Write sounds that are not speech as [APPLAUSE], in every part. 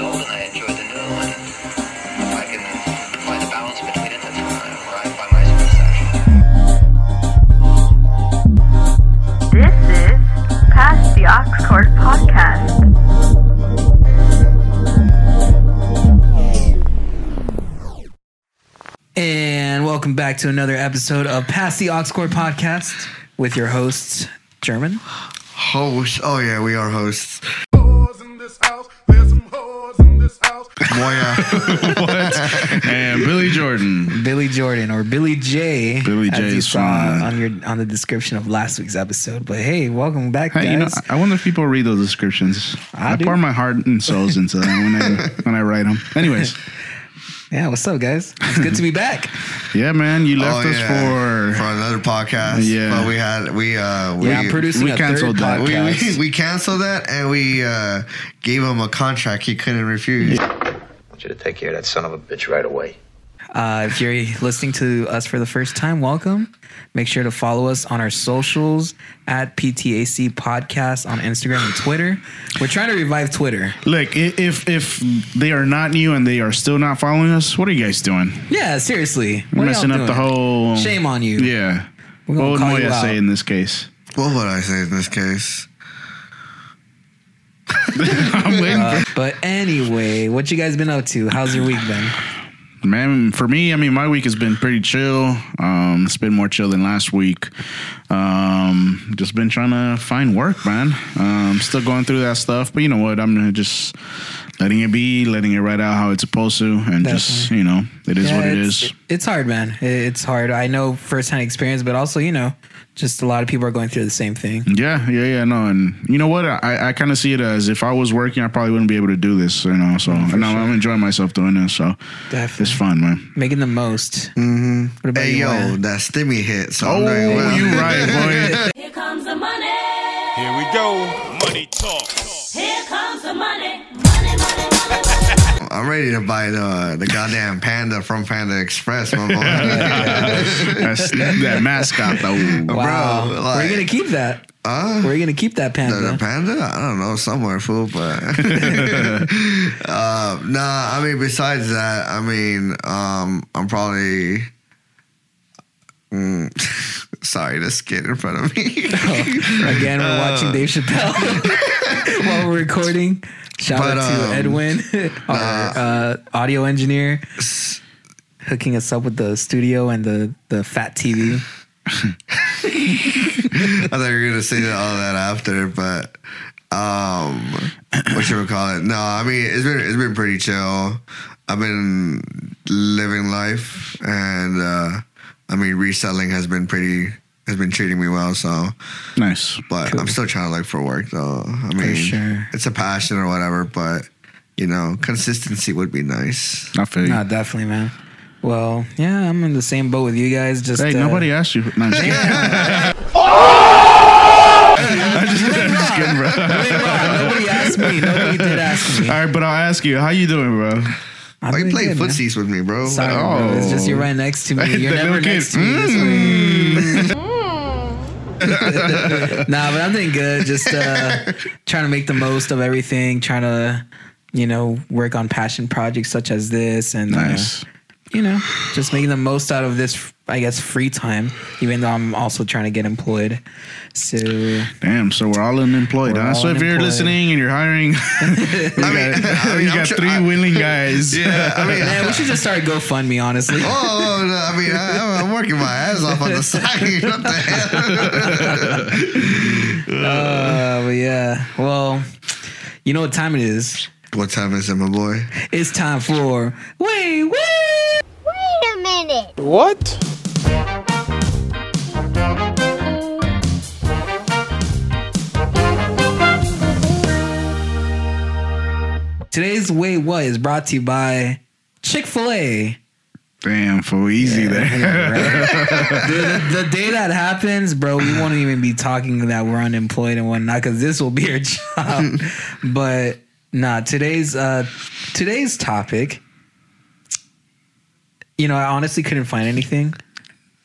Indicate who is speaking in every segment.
Speaker 1: uh,
Speaker 2: welcome back to another episode of Pass the Oxcore podcast with your hosts, German.
Speaker 3: Hosts. Oh yeah, we are hosts.
Speaker 4: whores in this house. There's some whores in this house.
Speaker 5: [LAUGHS]
Speaker 3: Moya.
Speaker 5: and Billy Jordan.
Speaker 2: Billy Jordan or Billy J.
Speaker 5: Billy
Speaker 2: as
Speaker 5: J.
Speaker 2: you saw
Speaker 5: Swan.
Speaker 2: on your on the description of last week's episode. But hey, welcome back, guys.
Speaker 5: Hey, you know, I wonder if people read those descriptions.
Speaker 2: I
Speaker 5: I,
Speaker 2: do.
Speaker 5: pour my heart and souls into that when I when I write them. Anyways,
Speaker 2: yeah, what's up, guys? It's good to be back.
Speaker 5: yeah, man, you left
Speaker 3: oh,
Speaker 5: us
Speaker 3: yeah.
Speaker 5: for.
Speaker 3: another podcast.
Speaker 5: Yeah.
Speaker 3: But we had we uh we
Speaker 2: yeah, I'm producing
Speaker 5: [LAUGHS] we
Speaker 2: a third
Speaker 5: canceled that.
Speaker 3: we,
Speaker 2: podcast.
Speaker 3: [LAUGHS] we, we canceled that and we uh gave him a contract he couldn't refuse.
Speaker 6: want you to take care of that son of a bitch right away.
Speaker 2: [LAUGHS] Uh, if you're listening to us for the first time, welcome. Make sure to follow us on our socials at PTAC Podcast on Instagram and Twitter. We're trying to revive Twitter.
Speaker 5: Look, i- if if they are not new and they are still not following us, what are you guys doing?
Speaker 2: Yeah, seriously.
Speaker 5: You're
Speaker 2: What are y'all
Speaker 5: messing up the
Speaker 2: doing?
Speaker 5: whole.
Speaker 2: Shame on you.
Speaker 5: Yeah.
Speaker 2: We're
Speaker 5: What
Speaker 2: gonna
Speaker 5: would
Speaker 2: call you
Speaker 5: Moya
Speaker 2: out.
Speaker 5: say in this case?
Speaker 3: What would I say in this case?
Speaker 5: I'm waiting for-
Speaker 2: Uh, but anyway, what you guys been up to? How's your week been?
Speaker 5: Man, for me, I mean, my week has been pretty chill. Um, it's been more chill than last week. Um, just been trying to find work, man. Um, still going through that stuff, but you know what? I'm gonna just letting it be, letting it right out how it's supposed to, and just you know, it is
Speaker 2: Yeah,
Speaker 5: what it
Speaker 2: it's,
Speaker 5: is.
Speaker 2: It's hard, man. It- It's hard. I know firsthand experience, but also, you know, just a lot of people are going through the same thing.
Speaker 5: Yeah, yeah, yeah. No, and you know what? I, I kind of see it as if I was working, I probably wouldn't be able to do this, you know. So, and I'm, I'm enjoying myself doing this. So,
Speaker 2: Definitely.
Speaker 5: it's fun, man.
Speaker 2: Making the most. Mm-hmm. What about
Speaker 3: Hey
Speaker 2: you,
Speaker 3: yo,
Speaker 2: Juan?
Speaker 3: that stimmy hit, so
Speaker 5: Oh,
Speaker 3: I'm doing well. [LAUGHS]
Speaker 5: you right, boy.
Speaker 7: Here comes the money.
Speaker 8: Here we go. Money talk.
Speaker 7: Here comes the money. Money, money, money, money.
Speaker 3: I'm ready to buy the the goddamn panda from Panda Express, my
Speaker 5: [LAUGHS]
Speaker 3: boy. [LAUGHS]
Speaker 5: That's that mascot though.
Speaker 2: Wow.
Speaker 3: Bro,
Speaker 2: Where
Speaker 3: like-
Speaker 2: you gonna keep that?
Speaker 3: Huh?
Speaker 2: Where you gonna keep that panda?
Speaker 3: The panda? I don't know, somewhere, fool. But [LAUGHS] uh, nah, I mean, besides that, I mean, um, I'm probably. Mm, [LAUGHS] sorry, this kid in front of me. [LAUGHS]
Speaker 2: Oh, Again, we're watching Dave Chappelle [LAUGHS] while we're recording. Shout
Speaker 3: But,
Speaker 2: out to
Speaker 3: um,
Speaker 2: Edwin, [LAUGHS] our uh, audio engineer, hooking us up with the studio and the the fat TV.
Speaker 3: I thought you were gonna say that- all that after, but um, what should we call it? No, I mean, it's been it's been pretty chill. I've been living life, and uh, I mean, reselling has been pretty has been treating me well. So
Speaker 5: Nice.
Speaker 3: but I'm still trying to look for work though. I mean,
Speaker 2: sure.
Speaker 3: it's a passion or whatever, but you know, consistency would be nice.
Speaker 5: I feel you.
Speaker 2: No, definitely, man. Well, yeah, I'm in the same boat with you guys. Just
Speaker 5: Hey,
Speaker 2: uh, [LAUGHS]
Speaker 5: nobody asked you. No, I'm just kidding. I'm just kidding, I'm just kidding, bro.
Speaker 2: Hey, bro, nobody asked me. Nobody did ask
Speaker 5: [LAUGHS]
Speaker 2: me.
Speaker 5: All right, but I'll ask you, how you doing, bro?
Speaker 2: I'm
Speaker 3: Why you
Speaker 2: doing
Speaker 3: playing
Speaker 2: good, man.
Speaker 3: footsies with me, bro?
Speaker 2: Sorry, bro. It's just you're right next to
Speaker 5: [LAUGHS]
Speaker 2: me.
Speaker 5: Oh. The
Speaker 2: You're never
Speaker 5: little kid. Mm.
Speaker 2: next to me. This way. nah, but I'm doing good. Just uh, [LAUGHS] trying to make the most of everything. Trying to, you know, work on passion projects such as this, and uh, you know, just making the most out of this. I guess free time, even though I'm also trying to get employed. So
Speaker 5: Damn, so we're all unemployed,
Speaker 2: We're
Speaker 5: huh?
Speaker 2: all
Speaker 5: So if you're
Speaker 2: unemployed.
Speaker 5: listening and you're
Speaker 3: I
Speaker 5: hiring, [LAUGHS]
Speaker 3: mean, I mean,
Speaker 5: [LAUGHS] you
Speaker 3: I'm
Speaker 5: got
Speaker 3: sure-
Speaker 5: three
Speaker 2: [LAUGHS]
Speaker 3: I-
Speaker 5: willing guys.
Speaker 3: yeah, I mean,
Speaker 5: [LAUGHS]
Speaker 2: man, we should just start GoFundMe. Honestly,
Speaker 3: oh, oh, no, I mean, I, I'm- I'm working my ass off on the [LAUGHS] side. You know what the hell?
Speaker 2: uh, but yeah. Well, you know what time it is.
Speaker 3: What time is it, my boy?
Speaker 2: It's time for wait, wait.
Speaker 9: Wait a minute.
Speaker 8: What?
Speaker 2: Today's Wait What is brought to you by Chick fil A.
Speaker 5: Damn, for easy there.
Speaker 2: The day that happens, bro, we won't even be talking that we're unemployed and whatnot because this will be our [LAUGHS] job. but nah, today's uh, today's topic. You know, I honestly couldn't find anything.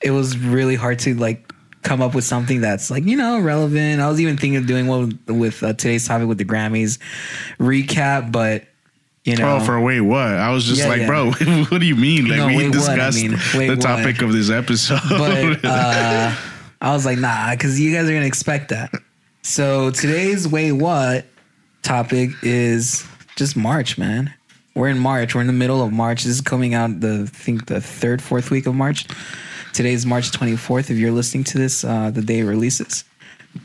Speaker 2: It was really hard to like come up with something that's like you know relevant. I was even thinking of doing one with uh, today's topic with the Grammys recap, but you know,
Speaker 5: Oh, for wait, what? I was just
Speaker 2: Yeah,
Speaker 5: like,
Speaker 2: yeah.
Speaker 5: bro, [LAUGHS] what do you mean? Like
Speaker 2: No, wait,
Speaker 5: we
Speaker 2: what? I
Speaker 5: discussed
Speaker 2: mean, wait,
Speaker 5: the
Speaker 2: what?
Speaker 5: topic of this episode. [LAUGHS]
Speaker 2: but uh, I was like, nah, because you guys are gonna expect that. So today's wait what topic is just March, man. We're in March. We're in the middle of March. This is coming out the I think the third, fourth week of March. Today's March 24th. If you're listening to this, uh, the day it releases.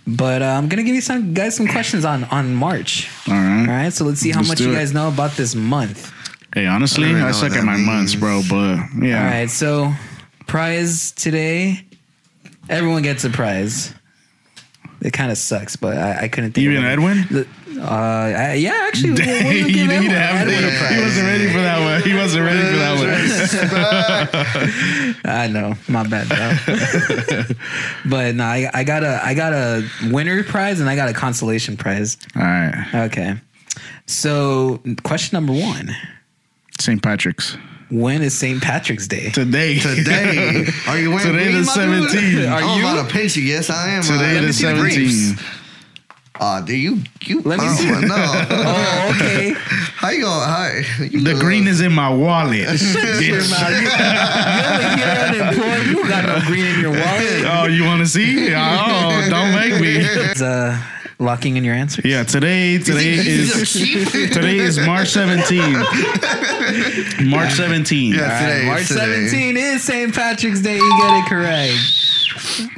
Speaker 2: But uh, I'm gonna give you some guys some questions on on March.
Speaker 5: All right.
Speaker 2: All right. So let's see how
Speaker 5: Hmm. Let's
Speaker 2: much
Speaker 5: do
Speaker 2: you
Speaker 5: it.
Speaker 2: guys know about this month.
Speaker 5: Hey, honestly,
Speaker 3: I don't even
Speaker 5: I,
Speaker 3: know
Speaker 5: suck
Speaker 3: what
Speaker 5: at
Speaker 3: that
Speaker 5: my months, bro. But yeah,
Speaker 2: All right, so prize today. Everyone gets a prize. It kind of sucks, but I, I couldn't think.
Speaker 5: even
Speaker 2: of one.
Speaker 5: Edwin.
Speaker 2: Uh, I, yeah, actually, we'll,
Speaker 5: [LAUGHS]
Speaker 2: we'll
Speaker 5: He
Speaker 2: give
Speaker 5: didn't
Speaker 2: Edwin,
Speaker 5: have
Speaker 2: Edwin a
Speaker 5: that. He
Speaker 2: prize.
Speaker 5: wasn't ready for that one. He wasn't ready for that one.
Speaker 2: I know, my bad, bro. but no, I, I got a I got a winner prize and I got a consolation prize.
Speaker 5: All right,
Speaker 2: Okay, so question number one:
Speaker 5: St. Patrick's
Speaker 2: When is St. Patrick's
Speaker 5: [LAUGHS]
Speaker 2: Day?
Speaker 5: today.
Speaker 3: Today, are you wearing
Speaker 5: Today the
Speaker 3: green, my dude?
Speaker 5: seventeenth.
Speaker 2: Are
Speaker 3: I'm
Speaker 2: you?
Speaker 3: about to pinch you. Yes, I am.
Speaker 5: Today the seventeenth.
Speaker 3: Ah, dude, you you.
Speaker 2: Let me
Speaker 3: oh,
Speaker 2: see.
Speaker 5: [LAUGHS]
Speaker 3: No,
Speaker 2: Oh, [LAUGHS] okay.
Speaker 3: how you going? How, you
Speaker 5: The
Speaker 3: little-
Speaker 5: green is in my wallet.
Speaker 3: [LAUGHS]
Speaker 2: Your
Speaker 5: Bitch.
Speaker 2: mouth. You- You're unemployed. You don't got no green in your
Speaker 5: [LAUGHS]
Speaker 2: wallet.
Speaker 5: oh, you want to see? Oh, don't make me.
Speaker 2: It's, uh, locking in your answers.
Speaker 5: Yeah, today
Speaker 3: [LAUGHS]
Speaker 5: today is [LAUGHS] today is March seventeenth. March seventeenth.
Speaker 3: Yeah,
Speaker 2: All right,
Speaker 3: today.
Speaker 2: March
Speaker 3: is today.
Speaker 2: 17 is St. Patrick's Day. You get it correct.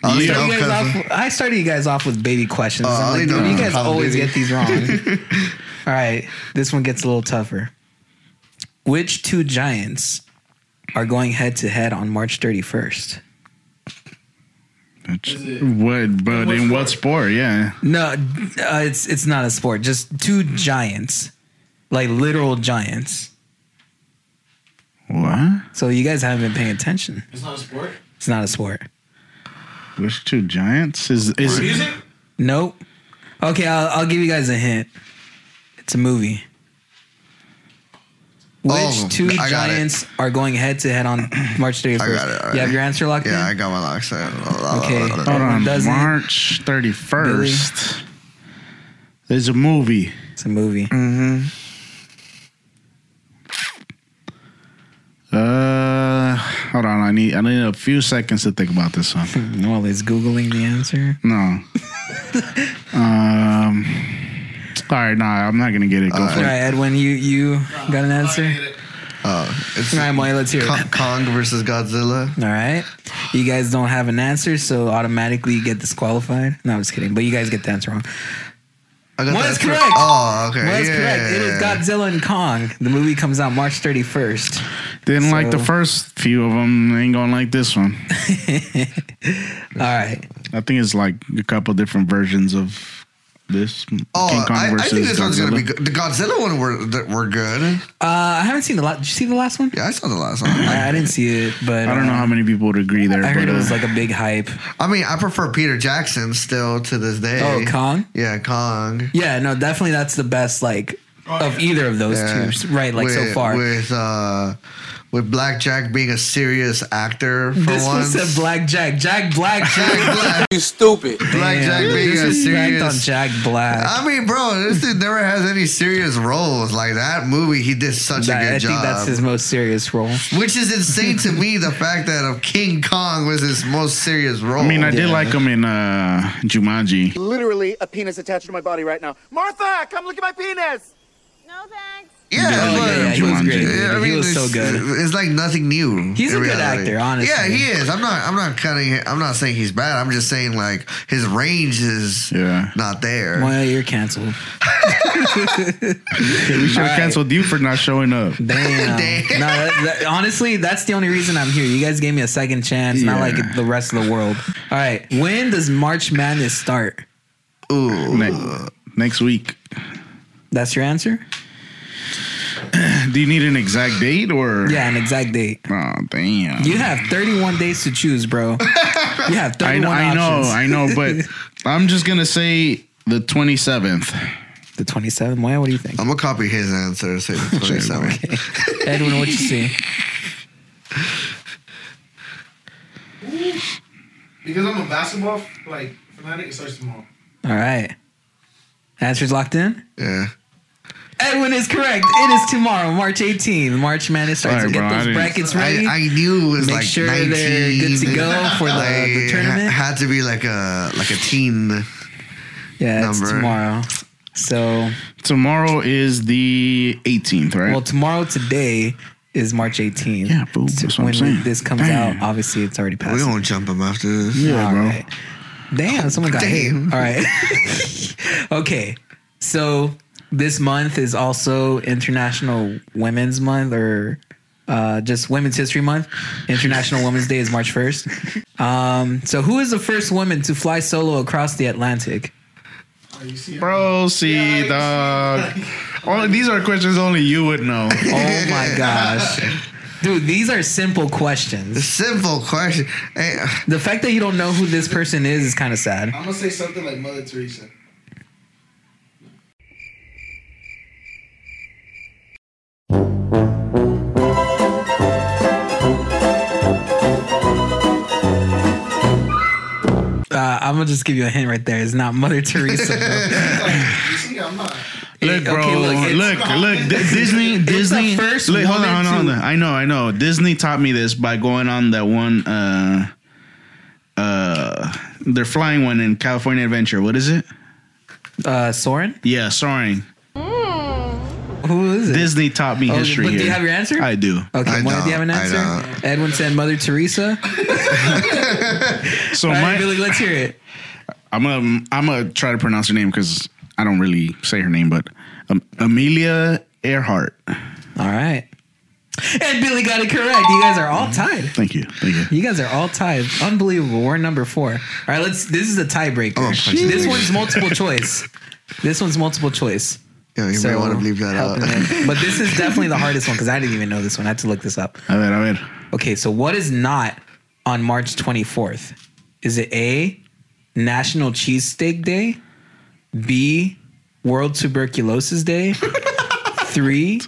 Speaker 3: I'll
Speaker 2: You
Speaker 3: leave Oh, no
Speaker 2: guys
Speaker 3: cousin.
Speaker 2: off- I started you guys off with baby questions.
Speaker 3: Oh,
Speaker 2: I'm
Speaker 3: I'll
Speaker 2: like,
Speaker 3: leave
Speaker 2: dude,
Speaker 3: no
Speaker 2: you guys
Speaker 3: Call of
Speaker 2: always
Speaker 3: Duty.
Speaker 2: get these wrong.
Speaker 3: [LAUGHS]
Speaker 2: All right, this one gets a little tougher. Which two giants are going head to head on March 31st?
Speaker 5: What, but in what sport? Yeah.
Speaker 2: No, uh, it's it's not a sport. Just two giants, like literal giants.
Speaker 5: What?
Speaker 2: So you guys haven't been paying attention.
Speaker 10: It's not a sport.
Speaker 2: It's not a sport.
Speaker 5: Which two giants is is
Speaker 10: Music.
Speaker 2: Nope. Okay, I'll, I'll give you guys a hint. It's a movie. Which
Speaker 3: Oh,
Speaker 2: two
Speaker 3: I got it.
Speaker 2: giants are going head to head
Speaker 3: [CLEARS THROAT]
Speaker 2: on March 31st?
Speaker 3: I got it already.
Speaker 2: You have your answer locked
Speaker 3: Yeah, I
Speaker 2: in?
Speaker 3: got my locks.
Speaker 2: Okay.
Speaker 5: hold
Speaker 2: Everyone
Speaker 5: on
Speaker 2: does it.
Speaker 5: March thirty first? There's a movie.
Speaker 2: it's a movie.
Speaker 3: Mm.
Speaker 5: Uh, hold on. I need I need a few seconds to think about this one.
Speaker 2: [LAUGHS] Well, it's Googling the answer.
Speaker 5: No. um. All right. No, I'm not gonna get it. Go
Speaker 2: All
Speaker 5: for
Speaker 2: right, Edwin, you, you got an answer? All
Speaker 3: Oh, It's
Speaker 2: right, Moy, let's hear it.
Speaker 3: Kong, Kong versus Godzilla.
Speaker 2: All right. You guys don't have an answer, so automatically you get disqualified. No, I'm just kidding. But you guys get the answer wrong.
Speaker 3: I got
Speaker 2: One
Speaker 3: that
Speaker 2: is
Speaker 3: for-
Speaker 2: correct.
Speaker 3: Oh, okay.
Speaker 2: Well, that's
Speaker 3: yeah.
Speaker 2: correct. It is Godzilla and Kong. The movie comes out March 31st.
Speaker 5: it. Didn't like the
Speaker 2: so-
Speaker 5: first few of them. Ain't gonna like this one.
Speaker 2: All right.
Speaker 5: I think it's like a couple different versions of this.
Speaker 3: Oh,
Speaker 5: King Kong
Speaker 3: I, I
Speaker 5: versus
Speaker 3: think this one's gonna be
Speaker 5: Godzilla.
Speaker 3: good. The Godzilla one were that were good.
Speaker 2: Uh, I haven't seen the last. Did you see the last one?
Speaker 3: Yeah, I saw the last
Speaker 2: [LAUGHS]
Speaker 3: one.
Speaker 2: I, I
Speaker 3: I,
Speaker 2: didn't see it, but
Speaker 5: I don't know
Speaker 2: uh,
Speaker 5: how many people would agree there.
Speaker 2: I heard
Speaker 5: but,
Speaker 2: it was
Speaker 5: uh,
Speaker 2: like a big hype.
Speaker 3: I mean, I prefer Peter Jackson still to this day.
Speaker 2: Oh, Kong.
Speaker 3: Yeah, Kong.
Speaker 2: Yeah, no, definitely that's the best like of either of those
Speaker 3: Yeah.
Speaker 2: two, right? Like so
Speaker 3: With-
Speaker 2: far.
Speaker 3: with uh, with Black Jack being a serious actor for
Speaker 2: this one
Speaker 3: once.
Speaker 2: said Black Jack. Jack
Speaker 3: [LAUGHS]
Speaker 2: Black. Jack
Speaker 3: Jack [LAUGHS] Black,
Speaker 10: You stupid.
Speaker 3: Black
Speaker 2: Damn,
Speaker 3: Jack being a
Speaker 2: disrespect
Speaker 3: serious.
Speaker 2: on Jack Black.
Speaker 3: I mean, bro, this dude never has any serious roles. Like that movie, he did such
Speaker 2: That-
Speaker 3: a
Speaker 2: I
Speaker 3: good
Speaker 2: think
Speaker 3: job.
Speaker 2: that's his most serious role.
Speaker 3: Which is insane to me, the fact that of King Kong was his most serious role.
Speaker 5: I mean, I did
Speaker 2: Yeah.
Speaker 5: like him in uh, Jumanji.
Speaker 11: literally a penis attached to my body right now. Martha, come look at my penis.
Speaker 9: No thanks.
Speaker 3: yeah,
Speaker 2: Oh, yeah,
Speaker 3: but-
Speaker 2: yeah, he was
Speaker 5: Jumanji.
Speaker 2: great.
Speaker 5: Yeah,
Speaker 2: dude. he was so
Speaker 3: it's-
Speaker 2: good.
Speaker 3: It's like nothing new.
Speaker 2: He's a
Speaker 3: in
Speaker 2: good actor, honestly.
Speaker 3: Yeah, he is. I'm not. I'm not cutting. I'm not saying he's bad. I'm just saying like his range is
Speaker 5: Yeah.
Speaker 3: not there.
Speaker 2: Well, you're
Speaker 3: [LAUGHS]
Speaker 2: canceled.
Speaker 5: we should have
Speaker 2: right.
Speaker 5: canceled you for not showing up.
Speaker 2: Damn.
Speaker 3: Damn.
Speaker 2: No, that, that- honestly, that's the only reason I'm here. You guys gave me a second chance, not
Speaker 5: Yeah.
Speaker 2: like the rest of the world. All right. When does March Madness start?
Speaker 3: Ooh.
Speaker 5: Ne- next week.
Speaker 2: That's your answer?
Speaker 5: Do you need an exact date or?
Speaker 2: Yeah, an exact date.
Speaker 5: Oh damn.
Speaker 2: You have 31 days to choose, [LAUGHS] bro. You have 31
Speaker 5: I know. I know.
Speaker 2: options.
Speaker 5: I know.
Speaker 2: [LAUGHS]
Speaker 5: But I'm just gonna say the 27th.
Speaker 2: The 27th. Why? What do you
Speaker 3: [LAUGHS]
Speaker 2: think?
Speaker 3: I'm gonna copy his answer.
Speaker 2: [LAUGHS]
Speaker 3: Say the 27.
Speaker 2: Edwin, what you see?
Speaker 10: Because I'm a basketball like fanatic. It starts tomorrow.
Speaker 2: All right. Answer's locked in.
Speaker 3: Yeah.
Speaker 2: Edwin is correct. It is tomorrow, March 18th. March Madness starts.
Speaker 5: All right,
Speaker 2: to
Speaker 5: bro,
Speaker 2: get
Speaker 5: I
Speaker 2: those
Speaker 5: didn't-
Speaker 2: brackets
Speaker 3: I,
Speaker 2: ready.
Speaker 3: I knew it was
Speaker 2: Make
Speaker 3: like
Speaker 2: sure
Speaker 3: 19.
Speaker 2: they're good to go for Uh, the-
Speaker 3: Like,
Speaker 2: the
Speaker 3: it
Speaker 2: tournament.
Speaker 3: ha- had to be like a like a teen.
Speaker 2: yeah, it's
Speaker 3: number.
Speaker 2: tomorrow. So
Speaker 5: tomorrow is the 18th, right?
Speaker 2: Well, tomorrow today is March 18th.
Speaker 5: Yeah, boo, that's what
Speaker 2: when
Speaker 5: I'm saying.
Speaker 2: this comes
Speaker 5: Damn.
Speaker 2: out, obviously it's already
Speaker 3: We
Speaker 2: passed.
Speaker 3: gonna jump him after this.
Speaker 5: yeah, bro.
Speaker 2: Alright. Damn, someone got hit.
Speaker 3: Damn.
Speaker 2: All right. [LAUGHS] okay. So this month is also International Women's Month or uh, just Women's History Month. International
Speaker 5: [LAUGHS]
Speaker 2: Women's Day is March 1st. Um, so who is the first woman to fly solo across the Atlantic?
Speaker 10: Oh, you see,
Speaker 5: Bro, see,
Speaker 2: [LAUGHS]
Speaker 5: dog. All, these are questions only you would know.
Speaker 2: Oh
Speaker 5: [LAUGHS]
Speaker 2: my gosh. Dude, these are simple questions.
Speaker 3: Simple question. Hey, uh,
Speaker 2: The fact that you don't know who this person is is kind of sad.
Speaker 10: I'm gonna say something like Mother Teresa.
Speaker 2: Uh, I'm gonna just give you a hint right there. It's not Mother [LAUGHS] Teresa. bro.
Speaker 10: You see, I'm not.
Speaker 5: Look,
Speaker 2: Okay,
Speaker 5: bro.
Speaker 2: look, [LAUGHS] it's-
Speaker 5: look, look, Di- Disney,
Speaker 2: the
Speaker 5: Disney.
Speaker 2: first
Speaker 5: look, hold
Speaker 2: woman
Speaker 5: on, hold on,
Speaker 2: to-
Speaker 5: hold on. I know, I know. Disney taught me this by going on that one. uh uh They're flying one in California Adventure. What is it?
Speaker 2: Uh, Soren?
Speaker 5: Yeah, soaring.
Speaker 2: Who is it?
Speaker 5: Disney taught me
Speaker 2: Okay,
Speaker 5: history
Speaker 2: Oh, but do
Speaker 5: here.
Speaker 2: you have your answer?
Speaker 5: I do.
Speaker 2: Okay,
Speaker 3: I
Speaker 2: Moya, do you have an
Speaker 3: don't, I
Speaker 2: answer?
Speaker 3: don't.
Speaker 2: Edwin said Mother Teresa.
Speaker 5: So
Speaker 2: All
Speaker 5: my,
Speaker 2: right, Billy, let's hear it.
Speaker 5: I'm gonna I'm gonna try to pronounce her name because I don't really say her name, but um, Amelia Earhart.
Speaker 2: All right. And Billy got it correct. You guys are all tied.
Speaker 5: Thank you, thank you.
Speaker 2: You guys are all tied. Unbelievable. We're number four. All right, let's. This is a tiebreaker.
Speaker 3: Oh, punch you.
Speaker 2: this one's multiple choice. This one's multiple choice.
Speaker 3: yo, you may
Speaker 2: So,
Speaker 3: want to bleep that
Speaker 2: help
Speaker 3: out.
Speaker 2: me
Speaker 3: [LAUGHS]
Speaker 2: out. but this is definitely the hardest one because I didn't even know this one. I had to look this up.
Speaker 5: A ver, a ver.
Speaker 2: Okay, so what is not on March 24th? Is it A, National Cheesesteak Day? B, World Tuberculosis Day? Three,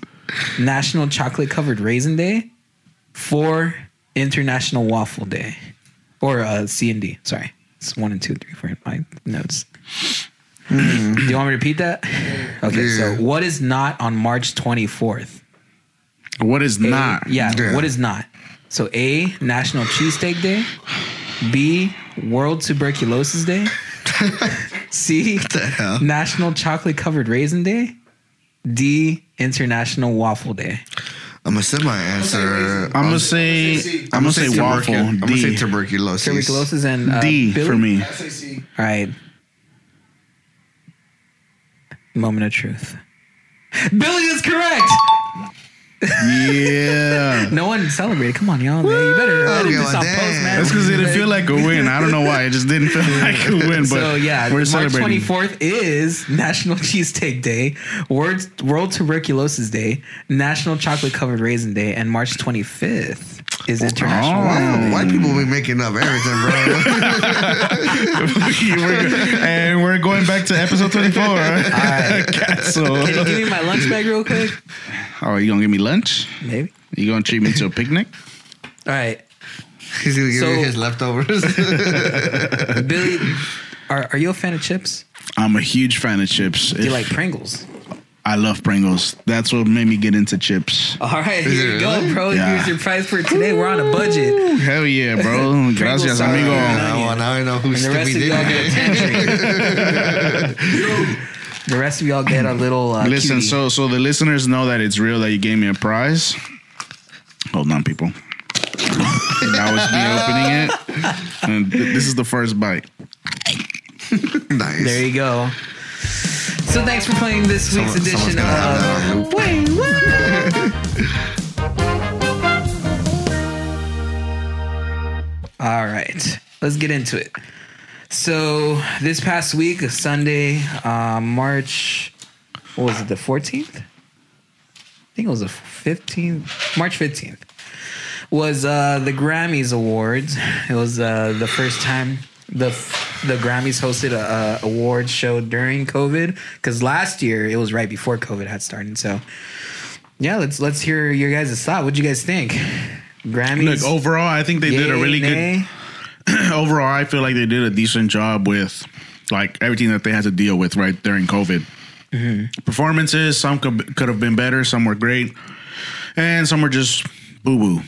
Speaker 2: National Chocolate Covered Raisin Day? Four, International Waffle Day? Or uh, C and D, sorry. It's one and two, three, four in my notes. Do you want me to repeat that? Okay,
Speaker 3: Yeah.
Speaker 2: so what is not on March 24th?
Speaker 5: What is
Speaker 2: A-
Speaker 5: not?
Speaker 2: Eh, Yeah,
Speaker 3: Yeah.
Speaker 2: What is not? So A, National Cheesesteak Day. B, World Tuberculosis Day. C,
Speaker 3: hell?
Speaker 2: National Chocolate Covered Raisin Day. D, International Waffle Day.
Speaker 3: I'm gonna send my answer.
Speaker 5: I'm gonna say I'm gonna say waffle.
Speaker 3: tubercu- I'm gonna say
Speaker 5: D.
Speaker 3: tuberculosis.
Speaker 2: Tuberculosis and uh,
Speaker 5: D
Speaker 2: Billy?
Speaker 5: for me.
Speaker 10: I say C.
Speaker 2: All right. Moment of truth. Billy is correct.
Speaker 5: Yeah.
Speaker 2: No one celebrated. Come on, y'all. Man. You better edit
Speaker 3: Okay,
Speaker 2: this
Speaker 3: well,
Speaker 2: on
Speaker 3: damn.
Speaker 2: post, man.
Speaker 5: That's because it didn't feel like a win. I don't know why. It just
Speaker 2: [LAUGHS]
Speaker 5: didn't feel like a win. But
Speaker 2: so yeah,
Speaker 5: we're
Speaker 2: March
Speaker 5: celebrating. [LAUGHS]
Speaker 2: 24th is National [LAUGHS] Cheesesteak Day, World, World Tuberculosis Day, National Chocolate Covered Raisin Day, and March 25th is International.
Speaker 5: Oh.
Speaker 2: Waffle Day.
Speaker 5: [LAUGHS]
Speaker 3: Wow, white people be making up everything,
Speaker 2: [LAUGHS]
Speaker 3: bro. [LAUGHS]
Speaker 5: We're go- and we're going back to episode 24. Castle.
Speaker 2: Can you give me my lunch bag real quick?
Speaker 5: Oh, you gonna give me lunch?
Speaker 2: Maybe.
Speaker 5: You gonna treat me to a picnic?
Speaker 2: All right,
Speaker 3: He's gonna give
Speaker 2: So- oh,
Speaker 3: you
Speaker 2: [LAUGHS]
Speaker 3: his leftovers.
Speaker 2: Billy, are, are you a fan of chips?
Speaker 5: I'm a huge fan of chips.
Speaker 2: Do you
Speaker 5: If-
Speaker 2: like Pringles?
Speaker 5: I love Pringles. That's what made me get into chips.
Speaker 2: All right, here you
Speaker 3: it
Speaker 2: go,
Speaker 3: really?
Speaker 2: bro.
Speaker 5: Yeah.
Speaker 2: Here's your prize for today. We're on a budget.
Speaker 5: Ooh, hell yeah, bro. Gracias,
Speaker 2: are-
Speaker 5: amigo.
Speaker 3: now, well, now [LAUGHS] I know who's
Speaker 2: And the rest of
Speaker 3: Stevie
Speaker 2: y'all get a
Speaker 3: did.
Speaker 2: tantrum.
Speaker 5: [LAUGHS]
Speaker 2: the rest of y'all get a little. Uh,
Speaker 5: Listen,
Speaker 2: cutie.
Speaker 5: so so the listeners know that it's real that you gave me a prize. Hold on, people. [LAUGHS] that was me opening it. And th- this is the first bite.
Speaker 3: [LAUGHS] Nice.
Speaker 2: There you go. So thanks for playing this week's
Speaker 3: Someone- someone's
Speaker 2: edition
Speaker 3: gonna have
Speaker 2: of
Speaker 3: that on loop.
Speaker 2: Wait, what? [LAUGHS] All right, let's get into it. So this past week, Sunday, uh, March, what was it, the fourteenth? I think it was the fifteenth, March fifteenth. Was uh, the Grammys Awards? It was uh, the first time the the Grammys hosted a, a awards show during COVID because last year it was right before COVID had started. So yeah, let's let's hear your guys' thought. What would you guys think? Grammys.
Speaker 5: Look, overall, I think they did a
Speaker 2: yay,
Speaker 5: really
Speaker 2: nay?
Speaker 5: good. [CLEARS THROAT] Overall, I feel like they did a decent job with like everything that they had to deal with right during COVID.
Speaker 10: Mm-hmm.
Speaker 5: Performances, some could, could have been better, some were great, and some were just boo boo.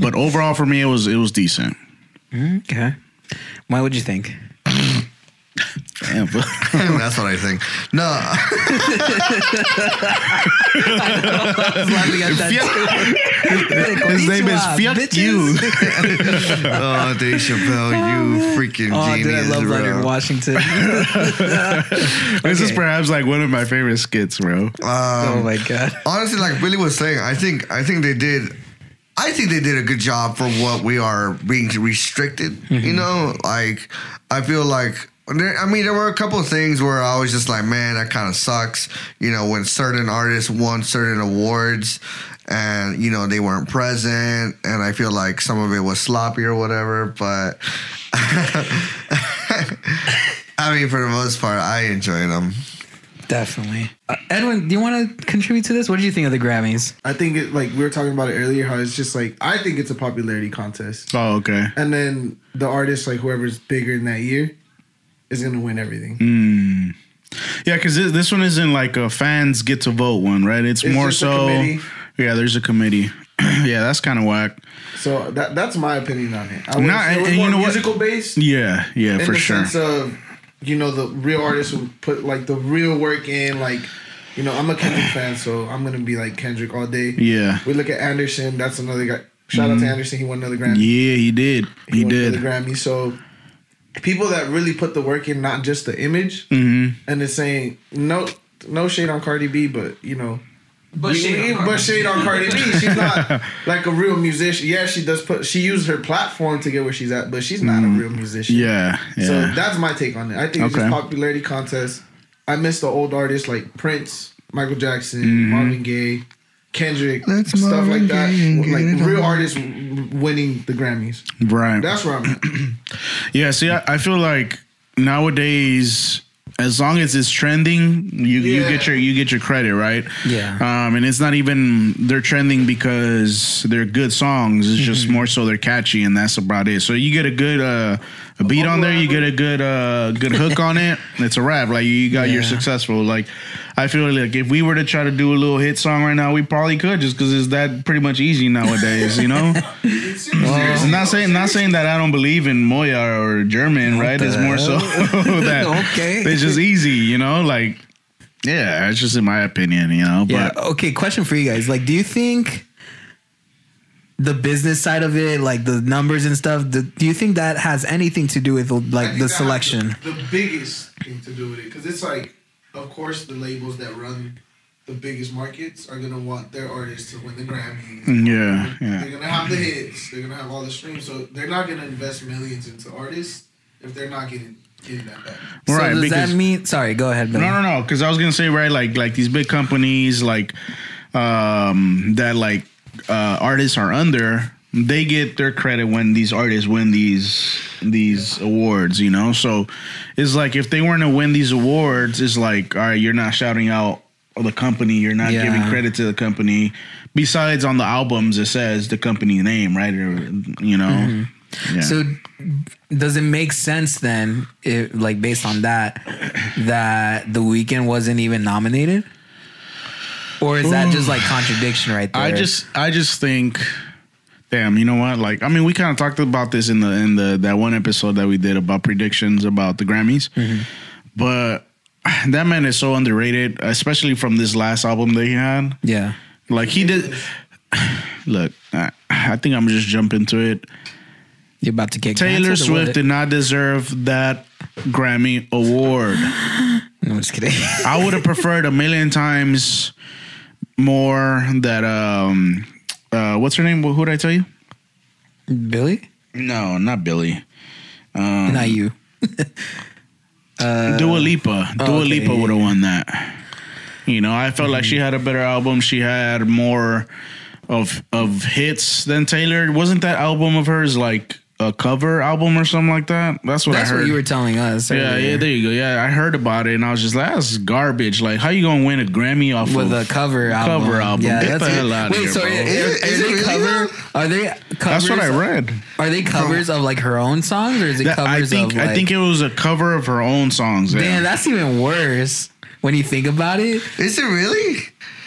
Speaker 10: [LAUGHS]
Speaker 5: but overall, for me, it [LAUGHS] was it was decent.
Speaker 2: Okay. Why would you think?
Speaker 5: Damn, but
Speaker 3: [LAUGHS] That's what I think. No,
Speaker 2: Glad we got that.
Speaker 5: [LAUGHS] his name is
Speaker 2: Konnichiwa,
Speaker 5: Fiat
Speaker 2: bitches.
Speaker 5: You.
Speaker 3: [LAUGHS] oh, Dave Chappelle, you freaking
Speaker 2: [LAUGHS] Oh, dude,
Speaker 3: genius,
Speaker 2: I love
Speaker 3: bro.
Speaker 2: Leonard Washington. [LAUGHS]
Speaker 5: This is
Speaker 2: Okay.
Speaker 5: perhaps like one of my favorite skits, bro.
Speaker 10: Uh,
Speaker 2: oh my god.
Speaker 3: honestly, like Billy was saying, I think I think they did. I think they did a good job for what we are being restricted. You know, like I feel like there, I mean there were a couple of things where I was just like, man, that kind of sucks. You know, when certain artists won certain awards, and you know they weren't present, and I feel like some of it was sloppy or whatever. But [LAUGHS] I mean, for the most part, I enjoyed them.
Speaker 2: Definitely. Uh, Edwin, do you want to contribute to this? What did you think of the Grammys?
Speaker 5: Uh,
Speaker 10: I think it, like we were talking about it earlier, how it's just like I think it's a popularity contest,
Speaker 5: Oh, okay.
Speaker 10: and then the artist, like whoever's bigger in that year, is gonna win everything.
Speaker 5: Yeah, because this, this one isn't like a fans get to vote one, right? It's,
Speaker 10: It's
Speaker 5: more
Speaker 10: just a
Speaker 5: so.
Speaker 10: committee.
Speaker 5: yeah, there's a committee. [CLEARS THROAT] yeah, that's kind of whack.
Speaker 10: So that that's my opinion on it. I would
Speaker 5: Nah,
Speaker 10: say it
Speaker 5: and-
Speaker 10: was
Speaker 5: and you
Speaker 10: more
Speaker 5: know what?
Speaker 10: musical based
Speaker 5: Yeah, yeah,
Speaker 10: in
Speaker 5: for
Speaker 10: the
Speaker 5: sure.
Speaker 10: sense of you know the real artists who put like the real work in, like. You know, I'm a Kendrick fan, so I'm gonna be like Kendrick all day.
Speaker 5: yeah,
Speaker 10: We look at Anderson. That's another guy. Shout out to Anderson. He won another Grammy.
Speaker 5: yeah, he did. He,
Speaker 10: won
Speaker 5: did.
Speaker 10: another Grammy. So people that really put the work in, not just the image,
Speaker 3: Mm-hmm.
Speaker 10: and it's saying no, no shade on Cardi B, but you know. But shade, but shade on Cardi B.
Speaker 3: [LAUGHS]
Speaker 10: She's not like a real musician. Yeah, she does put. She used her platform to get where she's at, but she's not
Speaker 3: Mm.
Speaker 10: a real musician.
Speaker 5: Yeah, yeah.
Speaker 10: So that's my take on it. I think it's
Speaker 5: Okay.
Speaker 10: just popularity contest. I miss the old artists like Prince, Michael Jackson, Marvin Gaye, Kendrick,
Speaker 3: That's
Speaker 10: stuff
Speaker 3: Mm-hmm. Marvin
Speaker 10: like that.
Speaker 3: Gaye and get it
Speaker 10: Like real
Speaker 3: on.
Speaker 10: artists w- winning the Grammys.
Speaker 5: right.
Speaker 10: That's where I'm at.
Speaker 5: Yeah, see, I, I feel like nowadays, as long as it's trending, you, you
Speaker 10: Yeah.
Speaker 5: get your you get your credit, right?
Speaker 2: Yeah.
Speaker 5: Um, and it's not even they're trending because they're good songs. It's just
Speaker 2: Mm-hmm.
Speaker 5: more so they're catchy, and that's about it. So you get a good uh, a beat on there, you get a good uh, good hook
Speaker 2: [LAUGHS]
Speaker 5: on it. It's a rap. Like you got your
Speaker 2: Yeah.
Speaker 5: successful. Like I feel like if we were to try to do a little hit song right now, we probably could just because it's that pretty much easy nowadays.
Speaker 2: [LAUGHS]
Speaker 5: You know. I'm not saying not saying that I don't believe in Moya or German, right? It's
Speaker 2: the
Speaker 5: more so [LAUGHS] that
Speaker 2: [LAUGHS] Okay.
Speaker 5: it's just easy, you know. Like, yeah, it's just in my opinion, you know.
Speaker 2: Yeah.
Speaker 5: But
Speaker 2: okay. Question for you guys. Like, do you think the business side of it, like the numbers and stuff, do, do you think that has anything to do with like the selection?
Speaker 10: The, biggest thing to do with it, because it's like, of course, the labels that run the biggest markets are gonna want their artists to win the Grammys.
Speaker 5: Mm. yeah,
Speaker 10: They're
Speaker 5: yeah,
Speaker 10: gonna have the hits. They're gonna have all the streams. So they're not gonna invest millions into artists if they're not getting getting that back.
Speaker 5: right.
Speaker 2: So does
Speaker 5: because
Speaker 2: that mean? Sorry, go ahead. Bill.
Speaker 5: no, no, no. Because I was gonna say right, like like these big companies, like um that like uh artists are under. They get their credit when these artists win these these awards, you know. So it's like if they weren't to win these awards, it's like all right, you're not shouting out the company, you're not
Speaker 2: Yeah.
Speaker 5: giving credit to the company. Besides, on the albums it says the company name, right? Or, you know. Yeah.
Speaker 2: So does it make sense then, if, like based on that, that the weekend wasn't even nominated? Or is that just like contradiction right there?
Speaker 5: I just I just think damn, you know what? Like I mean, we kind of talked about this in the in the that one episode that we did about predictions about the Grammys.
Speaker 2: Mm-hmm.
Speaker 5: But [SIGHS] that man is so underrated, especially from this last album that he had.
Speaker 2: yeah.
Speaker 5: Like he did [SIGHS] Look, I, I think I'm just jumping to it.
Speaker 2: You're about to get
Speaker 5: Taylor
Speaker 2: canceled or what?
Speaker 5: Swift did not deserve that Grammy award.
Speaker 2: No, I'm just kidding. [LAUGHS]
Speaker 5: I would have preferred a million times more that um uh what's her name? Who did I tell you?
Speaker 2: Billy,
Speaker 5: No, not Billy. Mm.
Speaker 2: not you.
Speaker 5: Uh, Dua Lipa. Dua
Speaker 2: okay,
Speaker 5: Lipa
Speaker 2: yeah,
Speaker 5: would have won that. You know, I felt like she had a better album. She had more of of hits than Taylor. Wasn't that album of hers like a cover album or something like that? That's what
Speaker 2: That's
Speaker 5: I heard.
Speaker 2: what you were telling us.
Speaker 5: yeah,
Speaker 2: earlier.
Speaker 5: yeah, there you go. Yeah, I heard about it and I was just like, that's garbage. Like, how you gonna win a Grammy off
Speaker 2: with
Speaker 5: of
Speaker 2: a cover album.
Speaker 5: Cover album.
Speaker 2: Yeah,
Speaker 5: Get
Speaker 2: that's
Speaker 5: the
Speaker 2: it.
Speaker 5: hell outta
Speaker 2: Wait,
Speaker 5: here,
Speaker 2: so are, are,
Speaker 5: bro.
Speaker 3: Is it- is it
Speaker 2: they
Speaker 3: really
Speaker 2: cover? Are they covers?
Speaker 5: That's what I read.
Speaker 2: Are they covers of like her own songs, or is it
Speaker 5: That-
Speaker 2: covers
Speaker 5: I think
Speaker 2: of like?
Speaker 5: I think it was a cover of her own songs. Yeah.
Speaker 2: damn, that's even worse when you think about it.
Speaker 3: Is it really?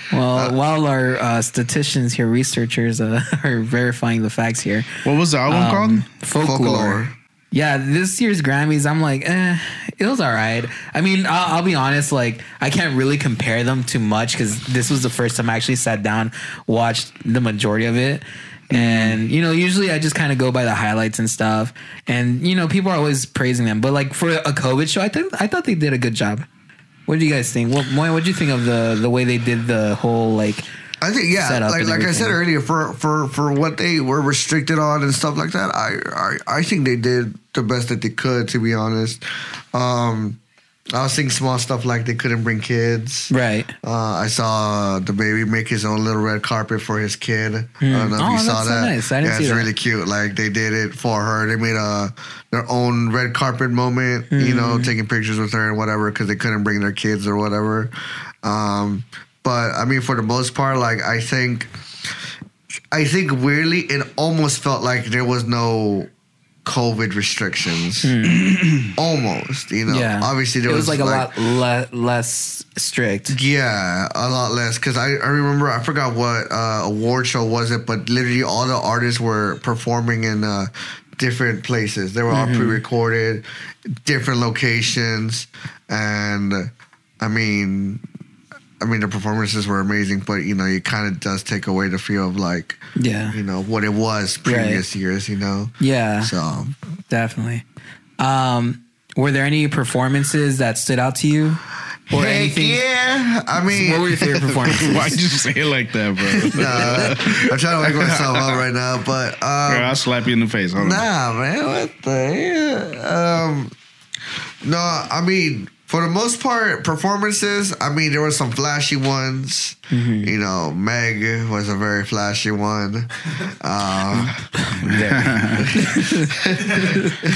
Speaker 2: Well, while our uh, statisticians here, researchers uh, [LAUGHS] are verifying the facts here.
Speaker 5: what was the album
Speaker 2: Um, [LAUGHS]
Speaker 5: called?
Speaker 2: folklore. Yeah, this year's Grammys, I'm like, eh, it was all right. I mean, I'll, I'll be honest. Like, I can't really compare them too much because this was the first time I actually sat down, watched the majority of it. And you know, usually I just kind of go by the highlights and stuff. And you know, people are always praising them, but like for a COVID show, I think I thought they did a good job. What do you guys think? What what do you think of the the way they did the whole like?
Speaker 3: I think yeah,
Speaker 2: setup
Speaker 3: like
Speaker 2: and
Speaker 3: like I said
Speaker 2: everything.
Speaker 3: earlier, for for for what they were restricted on and stuff like that, I I, I think they did the best that they could. To be honest, um, I was seeing small stuff like they couldn't bring kids.
Speaker 2: Right.
Speaker 3: Uh, I saw the baby make his own little red carpet for his kid. I don't know if
Speaker 2: Oh,
Speaker 3: you
Speaker 2: that's
Speaker 3: saw
Speaker 2: so
Speaker 3: that.
Speaker 2: nice. I didn't
Speaker 3: yeah,
Speaker 2: see
Speaker 3: it's
Speaker 2: that.
Speaker 3: really cute. Like they did it for her. They made a their own red carpet moment. You
Speaker 2: Hmm.
Speaker 3: know, taking pictures with her and whatever because they couldn't bring their kids or whatever. Um, but I mean, for the most part, like I think, I think weirdly, it almost felt like there was no. COVID restrictions, [CLEARS THROAT] almost. You know,
Speaker 2: Hmm. yeah.
Speaker 3: obviously there
Speaker 2: it
Speaker 3: was,
Speaker 2: was, like, a lot le- less strict.
Speaker 3: yeah, a lot less because I, I remember I forgot what uh, award show was it, but literally all the artists were performing in uh, different places. They were all
Speaker 2: Mm-hmm.
Speaker 3: pre-recorded, different locations, and I mean, I mean the performances were amazing, but you know it kind of does take away the feel of like
Speaker 2: Yeah.
Speaker 3: you know what it was previous years, you know.
Speaker 2: Yeah.
Speaker 3: So
Speaker 2: Definitely. Um, were there any performances that stood out to you, or
Speaker 3: Heck
Speaker 2: anything?
Speaker 3: yeah, I mean,
Speaker 2: What were your favorite
Speaker 5: [LAUGHS]
Speaker 2: performances?
Speaker 5: Why'd you say it like
Speaker 2: [LAUGHS]
Speaker 5: that, bro?
Speaker 3: uh, I'm trying to wake myself up right now, but um,
Speaker 5: Girl, I'll slap you in the face. Hold on.
Speaker 3: Nah, man, what the hell? Um, no, I mean, for the most part, performances. I mean, there were some flashy ones. You know, Meg was a very flashy one. Um,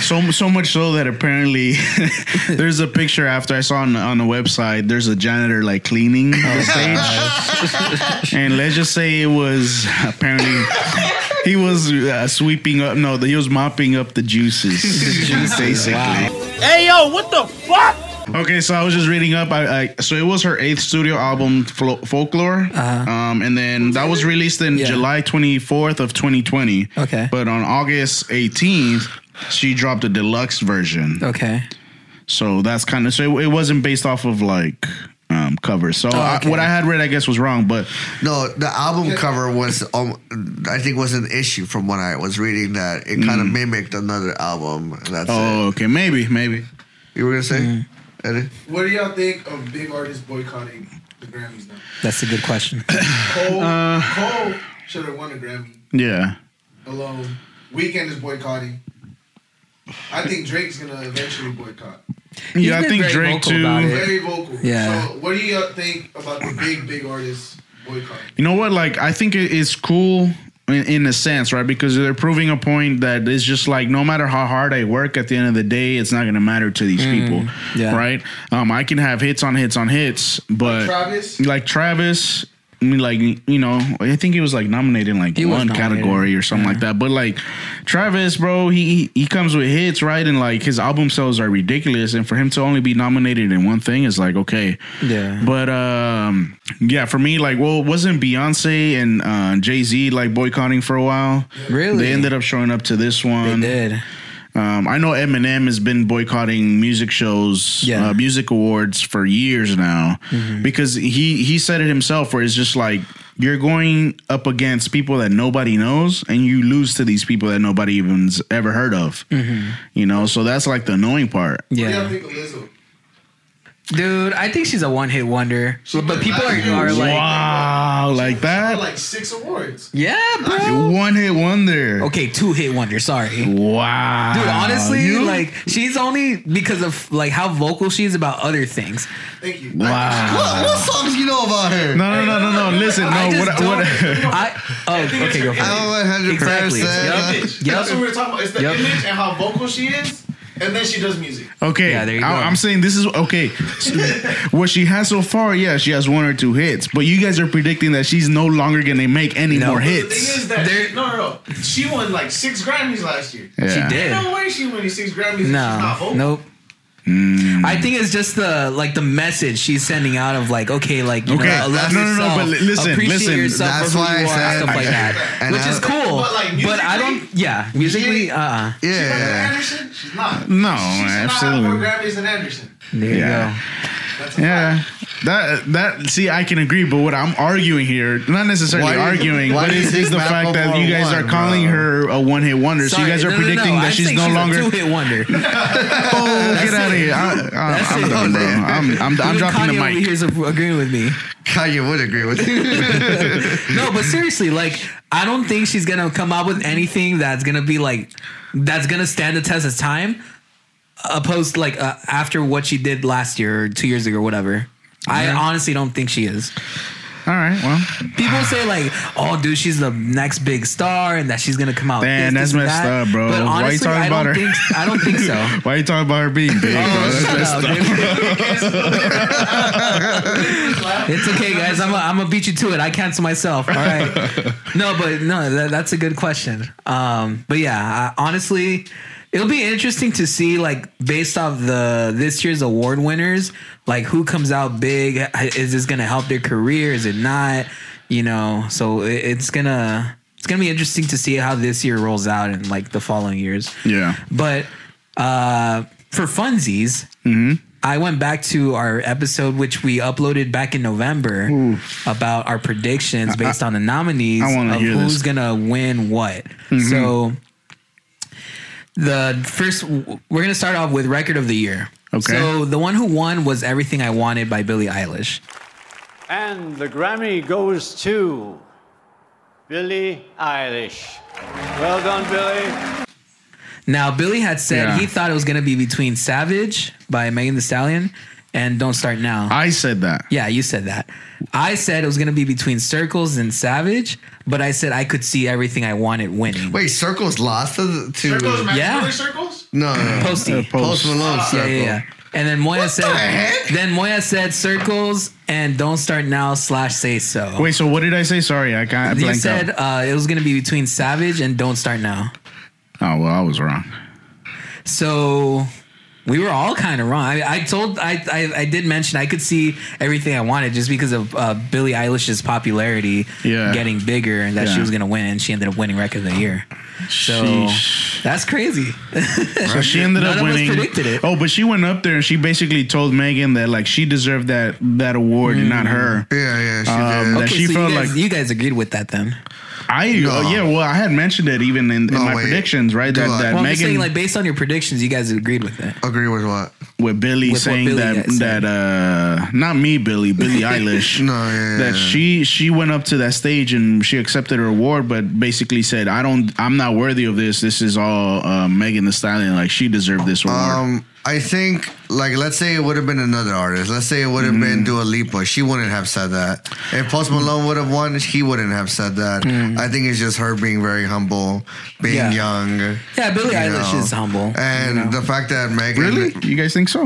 Speaker 5: So so much so that apparently [LAUGHS] there's a picture after I saw on on the website. There's a janitor like cleaning the stage, [LAUGHS] and let's just say it was apparently he was uh, sweeping up. No, he was mopping up the juices, basically.
Speaker 11: Hey, yo, what the fuck?
Speaker 5: Okay, so I was just reading up. I, I so it was her eighth studio album, Flo- Folklore, um, and then that was released in
Speaker 2: Yeah.
Speaker 5: July 24th of 2020.
Speaker 2: Okay.
Speaker 5: but on August 18th, she dropped a deluxe version.
Speaker 2: Okay.
Speaker 5: So that's kind of so it, it wasn't based off of like um covers. So I-
Speaker 2: Oh, okay.
Speaker 5: what I had read, I guess, was wrong. But
Speaker 3: no, the album cover was, um, I think, was an issue from when I was reading that it kind of mimicked another album. and That's
Speaker 5: oh, okay, maybe, maybe.
Speaker 3: it. You were gonna say, Eddie?
Speaker 10: What do y'all think of big artists boycotting the Grammys now?
Speaker 2: That's a good
Speaker 5: [LAUGHS]
Speaker 2: question.
Speaker 10: Cole, Cole should have won a Grammy
Speaker 5: Yeah,
Speaker 10: alone. Weekend is boycotting. I think Drake's gonna eventually boycott.
Speaker 5: yeah. I
Speaker 2: been
Speaker 5: think
Speaker 2: very
Speaker 5: Drake
Speaker 2: vocal
Speaker 5: too.
Speaker 2: about it.
Speaker 10: Very vocal.
Speaker 2: Yeah.
Speaker 10: So what do you think about the big big artists boycotting?
Speaker 5: You know what? Like, I think it- it's cool in, in a sense, right? Because they're proving a point that it's just like no matter how hard I work, at the end of the day, it's not going to matter to these people,
Speaker 2: Mm, yeah.
Speaker 5: right? Um, I can have hits on hits on hits, but
Speaker 10: Travis?
Speaker 5: like Travis. I mean, like you know, I think he was like nominated in like
Speaker 2: He was
Speaker 5: one
Speaker 2: nominated.
Speaker 5: category or something like that. But like Travis, bro, he he comes with hits, right? And like his album sales are ridiculous, and for him to only be nominated in one thing is like okay,
Speaker 2: Yeah.
Speaker 5: but um, yeah, for me, like, well, wasn't Beyonce and uh, Jay Z like boycotting for a while?
Speaker 2: Really?
Speaker 5: They ended up showing up to this
Speaker 2: They
Speaker 5: one.
Speaker 2: did.
Speaker 5: Um, I know Eminem has been boycotting music shows,
Speaker 2: Yeah. Mm-hmm.
Speaker 5: uh, music awards for years now, because he he said it himself, where it's just like you're going up against people that nobody knows, and you lose to these people that nobody even's ever heard of.
Speaker 2: Mm-hmm.
Speaker 5: You know, so that's like the annoying part.
Speaker 10: What do
Speaker 2: Yeah.
Speaker 10: y'all think of Lizzo?
Speaker 2: Dude, I think she's a one hit wonder. But people are, are like,
Speaker 5: wow, like
Speaker 10: Got,
Speaker 5: that.
Speaker 10: Like six awards.
Speaker 2: yeah, bro.
Speaker 5: One hit wonder.
Speaker 2: Okay, two hit wonder. Sorry.
Speaker 5: Wow.
Speaker 2: Dude, honestly,
Speaker 5: You-
Speaker 2: like she's only because of like how vocal she is about other things.
Speaker 10: Thank you.
Speaker 2: [LAUGHS]
Speaker 5: Wow.
Speaker 3: what, what songs you know about her?
Speaker 5: No, no, no, no, no. Listen, no.
Speaker 2: I just
Speaker 5: What?
Speaker 2: don't.
Speaker 5: [LAUGHS] What?
Speaker 2: I oh okay, go for
Speaker 3: I'm
Speaker 2: it.
Speaker 3: 100
Speaker 2: Exactly.
Speaker 3: percent.
Speaker 10: Bitch.
Speaker 2: Yep.
Speaker 10: That's what we were talking about. It's the
Speaker 2: Yep.
Speaker 10: image and how vocal she is, and then she does music.
Speaker 5: Okay.
Speaker 2: Yeah, there you
Speaker 5: I,
Speaker 2: go.
Speaker 5: am saying this is okay. So, what she has so far, yeah, she has one or two hits, but you guys are predicting that she's no longer gonna make any
Speaker 2: No.
Speaker 5: more
Speaker 2: But the
Speaker 10: The thing
Speaker 5: hits.
Speaker 10: is that
Speaker 2: There-
Speaker 10: no, no, no. She won like six Grammys last year.
Speaker 5: Yeah.
Speaker 2: She did.
Speaker 10: No way she won these six Grammys. and she's not
Speaker 2: No,
Speaker 10: vocal.
Speaker 2: nope.
Speaker 5: Hmm.
Speaker 2: I think it's just the like the message she's sending out of like okay like you
Speaker 5: Okay,
Speaker 2: know, love
Speaker 5: that's- no, no, no,
Speaker 2: yourself,
Speaker 5: but li- listen,
Speaker 2: appreciate
Speaker 5: listen,
Speaker 2: yourself
Speaker 3: that's
Speaker 2: for who
Speaker 3: why
Speaker 2: you
Speaker 3: I
Speaker 2: are and
Speaker 3: said-
Speaker 2: stuff like
Speaker 5: [LAUGHS]
Speaker 2: that,
Speaker 3: and
Speaker 2: which
Speaker 3: I-
Speaker 2: is cool.
Speaker 10: But, like,
Speaker 2: but I
Speaker 10: musically-
Speaker 2: don't. Yeah, musically, uh, uh
Speaker 3: Yeah.
Speaker 10: Anderson? She's not.
Speaker 5: No,
Speaker 10: She should not have
Speaker 5: absolutely.
Speaker 10: more Grammys than Anderson.
Speaker 2: there
Speaker 5: Yeah.
Speaker 2: you go.
Speaker 5: Yeah. That that see, I can agree, but what I'm arguing here, not necessarily
Speaker 3: Why do you-
Speaker 5: arguing,
Speaker 3: why
Speaker 5: but
Speaker 3: do you
Speaker 5: it's,
Speaker 3: think
Speaker 5: it's the fact that
Speaker 3: Macklemore
Speaker 5: you guys
Speaker 3: won,
Speaker 5: are calling
Speaker 3: bro?
Speaker 5: her a one hit wonder. so you
Speaker 2: Sorry,
Speaker 5: guys are
Speaker 2: no, no, no,
Speaker 5: predicting
Speaker 2: no,
Speaker 5: that
Speaker 2: I
Speaker 5: she's
Speaker 2: think
Speaker 5: no
Speaker 2: a
Speaker 5: longer.
Speaker 2: two hit wonder.
Speaker 5: Oh, get
Speaker 2: That's
Speaker 5: out of
Speaker 2: it.
Speaker 5: here! I, I,
Speaker 2: That's
Speaker 5: I'm
Speaker 2: it.
Speaker 5: done, bro. I'm, I'm, I'm
Speaker 2: Even
Speaker 5: dropping
Speaker 2: [LAUGHS] Kanye
Speaker 5: the
Speaker 2: over
Speaker 5: mic.
Speaker 2: here is agreeing with me.
Speaker 3: [LAUGHS] Kanye would agree with you.
Speaker 2: No, but seriously, like I don't think she's gonna come out with anything that's gonna be like that's gonna stand the test of time. Opposed, like uh, after what she did last year or two years ago or whatever. I honestly don't think she is.
Speaker 5: All right, well,
Speaker 2: People say like, "Oh, dude, she's the next big star, and that she's gonna come out."
Speaker 5: Damn,
Speaker 2: this,
Speaker 5: that's
Speaker 2: this, and
Speaker 5: messed
Speaker 2: that."
Speaker 5: up, bro.
Speaker 2: But
Speaker 5: Why you
Speaker 2: honestly,
Speaker 5: talking
Speaker 2: I
Speaker 5: about
Speaker 2: don't
Speaker 5: her?
Speaker 2: think I don't think so.
Speaker 5: [LAUGHS] why are you talking about her being big?
Speaker 2: Oh, shut up, [LAUGHS] dude. it's okay, guys. I'm gonna I'm gonna beat you to it. I cancel myself. All right. [LAUGHS] No, but no, that, that's a good question. Um, but yeah, I, honestly, it'll be interesting to see, like, based off the this year's award winners, like who comes out big. Is this gonna help their career? Is it not? You know, so it, it's gonna it's gonna be interesting to see how this year rolls out and like the following years.
Speaker 5: [LAUGHS] Yeah.
Speaker 2: But uh, for funsies,
Speaker 5: Mm-hmm.
Speaker 2: I went back to our episode which we uploaded back in November about our predictions based on the nominees
Speaker 5: I wanna
Speaker 2: of
Speaker 5: hear
Speaker 2: who's
Speaker 5: this. Mm-hmm.
Speaker 2: gonna win what. So the first, we're gonna start off with record of the year.
Speaker 5: Okay.
Speaker 2: So the one who won was "Everything I Wanted" by Billie Eilish.
Speaker 11: And the Grammy goes to Billie Eilish. Well done, Billie.
Speaker 2: Now Billy had said
Speaker 5: Yeah.
Speaker 2: he thought it was gonna be between "Savage" by Megan Thee Stallion and "Don't Start Now."
Speaker 5: I said that.
Speaker 2: Yeah, you said that. I said it was gonna be between Circles and Savage, but I said I could see everything I wanted winning.
Speaker 3: Wait, Circles lost to, the- to
Speaker 10: Circles, Mac
Speaker 2: Yeah.
Speaker 10: Miller circles.
Speaker 3: no, no,
Speaker 2: [LAUGHS]
Speaker 3: no.
Speaker 2: Posty.
Speaker 5: Uh,
Speaker 3: Post Malone
Speaker 2: yeah,
Speaker 3: Circle.
Speaker 2: yeah, yeah. And then Moya said
Speaker 3: heck?
Speaker 2: then Moya said Circles and Don't Start Now slash say so.
Speaker 5: Wait, so what did I say? Sorry, I got I
Speaker 2: you
Speaker 5: blanked
Speaker 2: said uh,
Speaker 5: out.
Speaker 2: it was gonna be between Savage and Don't Start Now.
Speaker 5: Oh well, I was wrong.
Speaker 2: So we were all kind of wrong. I, I told, I, I, I did mention I could see everything I wanted just because of uh, Billie Eilish's popularity
Speaker 5: Yeah.
Speaker 2: getting bigger and that she
Speaker 5: Yeah.
Speaker 2: was going to win, and she ended up winning Record of the Year. So
Speaker 5: Sheesh.
Speaker 2: that's crazy.
Speaker 5: So she ended
Speaker 2: None
Speaker 5: up
Speaker 2: of us
Speaker 5: winning.
Speaker 2: predicted it.
Speaker 5: Oh, but she went up there and she basically told Megan that like she deserved that that award and not her.
Speaker 3: Yeah, yeah, she
Speaker 5: Um,
Speaker 3: did.
Speaker 5: that she
Speaker 2: so
Speaker 5: felt
Speaker 2: you guys,
Speaker 5: like
Speaker 2: you guys agreed with that then.
Speaker 5: I
Speaker 3: No.
Speaker 5: oh, yeah. Well, I had mentioned it even in, in
Speaker 3: No,
Speaker 5: my
Speaker 3: wait.
Speaker 5: predictions, right?
Speaker 3: Do
Speaker 5: That,
Speaker 3: I-
Speaker 5: that
Speaker 2: Well, I'm just
Speaker 5: Megan
Speaker 2: saying, like based on your predictions, you guys agreed with it.
Speaker 3: Agree with what?
Speaker 5: with Billy
Speaker 2: with what
Speaker 5: saying
Speaker 2: Billie
Speaker 5: that
Speaker 2: had said.
Speaker 5: that uh not me Billy [LAUGHS] Billie Eilish
Speaker 3: No, yeah,
Speaker 5: that
Speaker 3: yeah.
Speaker 5: she she went up to that stage and she accepted her award but basically said I don't I'm not worthy of this this is all uh, Megan the Stallion like she deserved this award
Speaker 3: Um, I think, like, let's say it would have been another artist. Let's say it would have
Speaker 2: Mm.
Speaker 3: been Dua Lipa. She wouldn't have said that. If Post Malone would have won, he wouldn't have said that. I think it's just her being very humble, being
Speaker 2: Mm. Yeah.
Speaker 3: young.
Speaker 2: Yeah, Billie
Speaker 3: you
Speaker 2: Eilish
Speaker 3: know.
Speaker 2: is humble.
Speaker 3: And
Speaker 2: you know.
Speaker 3: the fact that Megan.
Speaker 5: really you guys think so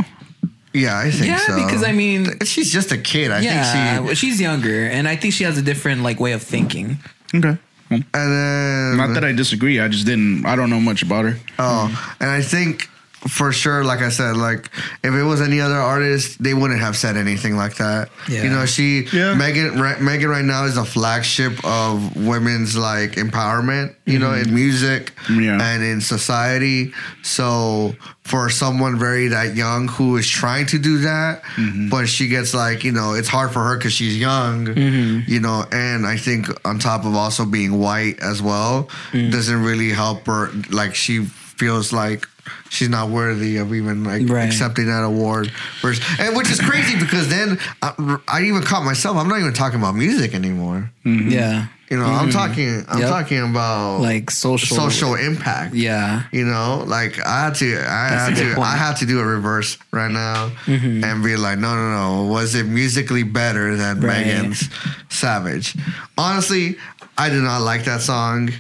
Speaker 3: Yeah, I think
Speaker 2: Yeah,
Speaker 3: so.
Speaker 2: because I mean-
Speaker 3: she's just a kid. I
Speaker 2: yeah,
Speaker 3: think she.
Speaker 2: well, she's younger, and I think she has a different like way of thinking.
Speaker 5: okay
Speaker 3: And then.
Speaker 5: not that I disagree I just didn't I don't know much about her
Speaker 3: Oh, and I think for sure, like I said, like if it was any other artist, they wouldn't have said anything like that.
Speaker 2: Yeah.
Speaker 3: You know, she
Speaker 5: Yeah.
Speaker 3: Megan right, Megan right now is a flagship of women's like empowerment. You know, in music
Speaker 5: Yeah.
Speaker 3: and in society. So for someone very that young who is trying to do that,
Speaker 2: Mm-hmm.
Speaker 3: but she gets like you know it's hard for her because she's young.
Speaker 2: Mm-hmm.
Speaker 3: You know, and I think on top of also being white as well
Speaker 2: Mm.
Speaker 3: doesn't really help her. Like she feels like. She's not worthy of even like
Speaker 2: Right.
Speaker 3: accepting that award, first. and which is crazy because then I, I even caught myself. I'm not even talking about music anymore.
Speaker 2: Yeah,
Speaker 3: You know, I'm talking. I'm
Speaker 2: Mm. Yep.
Speaker 3: talking about
Speaker 2: like social,
Speaker 3: social impact.
Speaker 2: Yeah,
Speaker 3: You know, like I had to, I
Speaker 2: That's a
Speaker 3: had
Speaker 2: good
Speaker 3: to,
Speaker 2: point. Mm-hmm.
Speaker 3: I had to do a reverse right now and be like, no, no, no. Was it musically better than
Speaker 2: Right.
Speaker 3: Megan's Savage? Honestly, I did not like that song.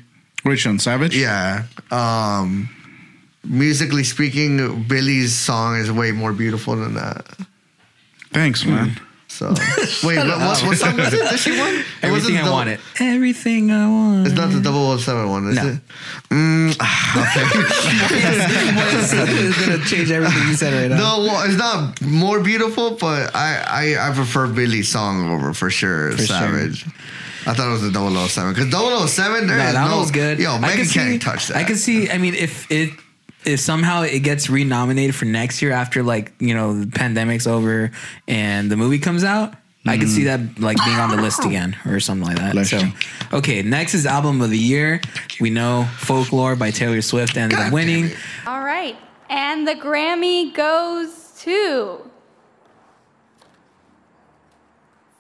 Speaker 5: Rich on Savage
Speaker 3: Yeah. Um, musically speaking, Billy's song is way more beautiful than that. Mm.
Speaker 5: thanks man
Speaker 2: [LAUGHS]
Speaker 3: So wait, what, what, what song was it that she won? It wasn't
Speaker 2: Everything
Speaker 3: the
Speaker 2: I
Speaker 3: double-
Speaker 2: wanted. Everything I want.
Speaker 3: It's not the double one seven one, is
Speaker 2: No.
Speaker 3: it? Mm, ah,
Speaker 2: it's gonna change everything you said right now.
Speaker 3: no, well, it's not more beautiful, but I, I, I prefer Billy's song over for sure
Speaker 2: sure.
Speaker 3: Savage. I thought it was oh the 007 because 007 there
Speaker 2: No,
Speaker 3: is
Speaker 2: that
Speaker 3: no,
Speaker 2: was good.
Speaker 3: Yo,
Speaker 2: I
Speaker 3: Megan
Speaker 2: can
Speaker 3: can't
Speaker 2: see,
Speaker 3: touch that.
Speaker 2: I can see. I mean, if it if somehow it gets renominated for next year after like you know the pandemic's over and the movie comes out, I
Speaker 3: Mm-hmm.
Speaker 2: can see that like being on the list again or something like that.
Speaker 5: Bless
Speaker 2: so,
Speaker 5: you.
Speaker 2: okay, next is album of the year. We know "Folklore" by Taylor Swift ended
Speaker 3: God
Speaker 2: up
Speaker 3: damn
Speaker 2: winning.
Speaker 3: it.
Speaker 7: All right. And the Grammy goes to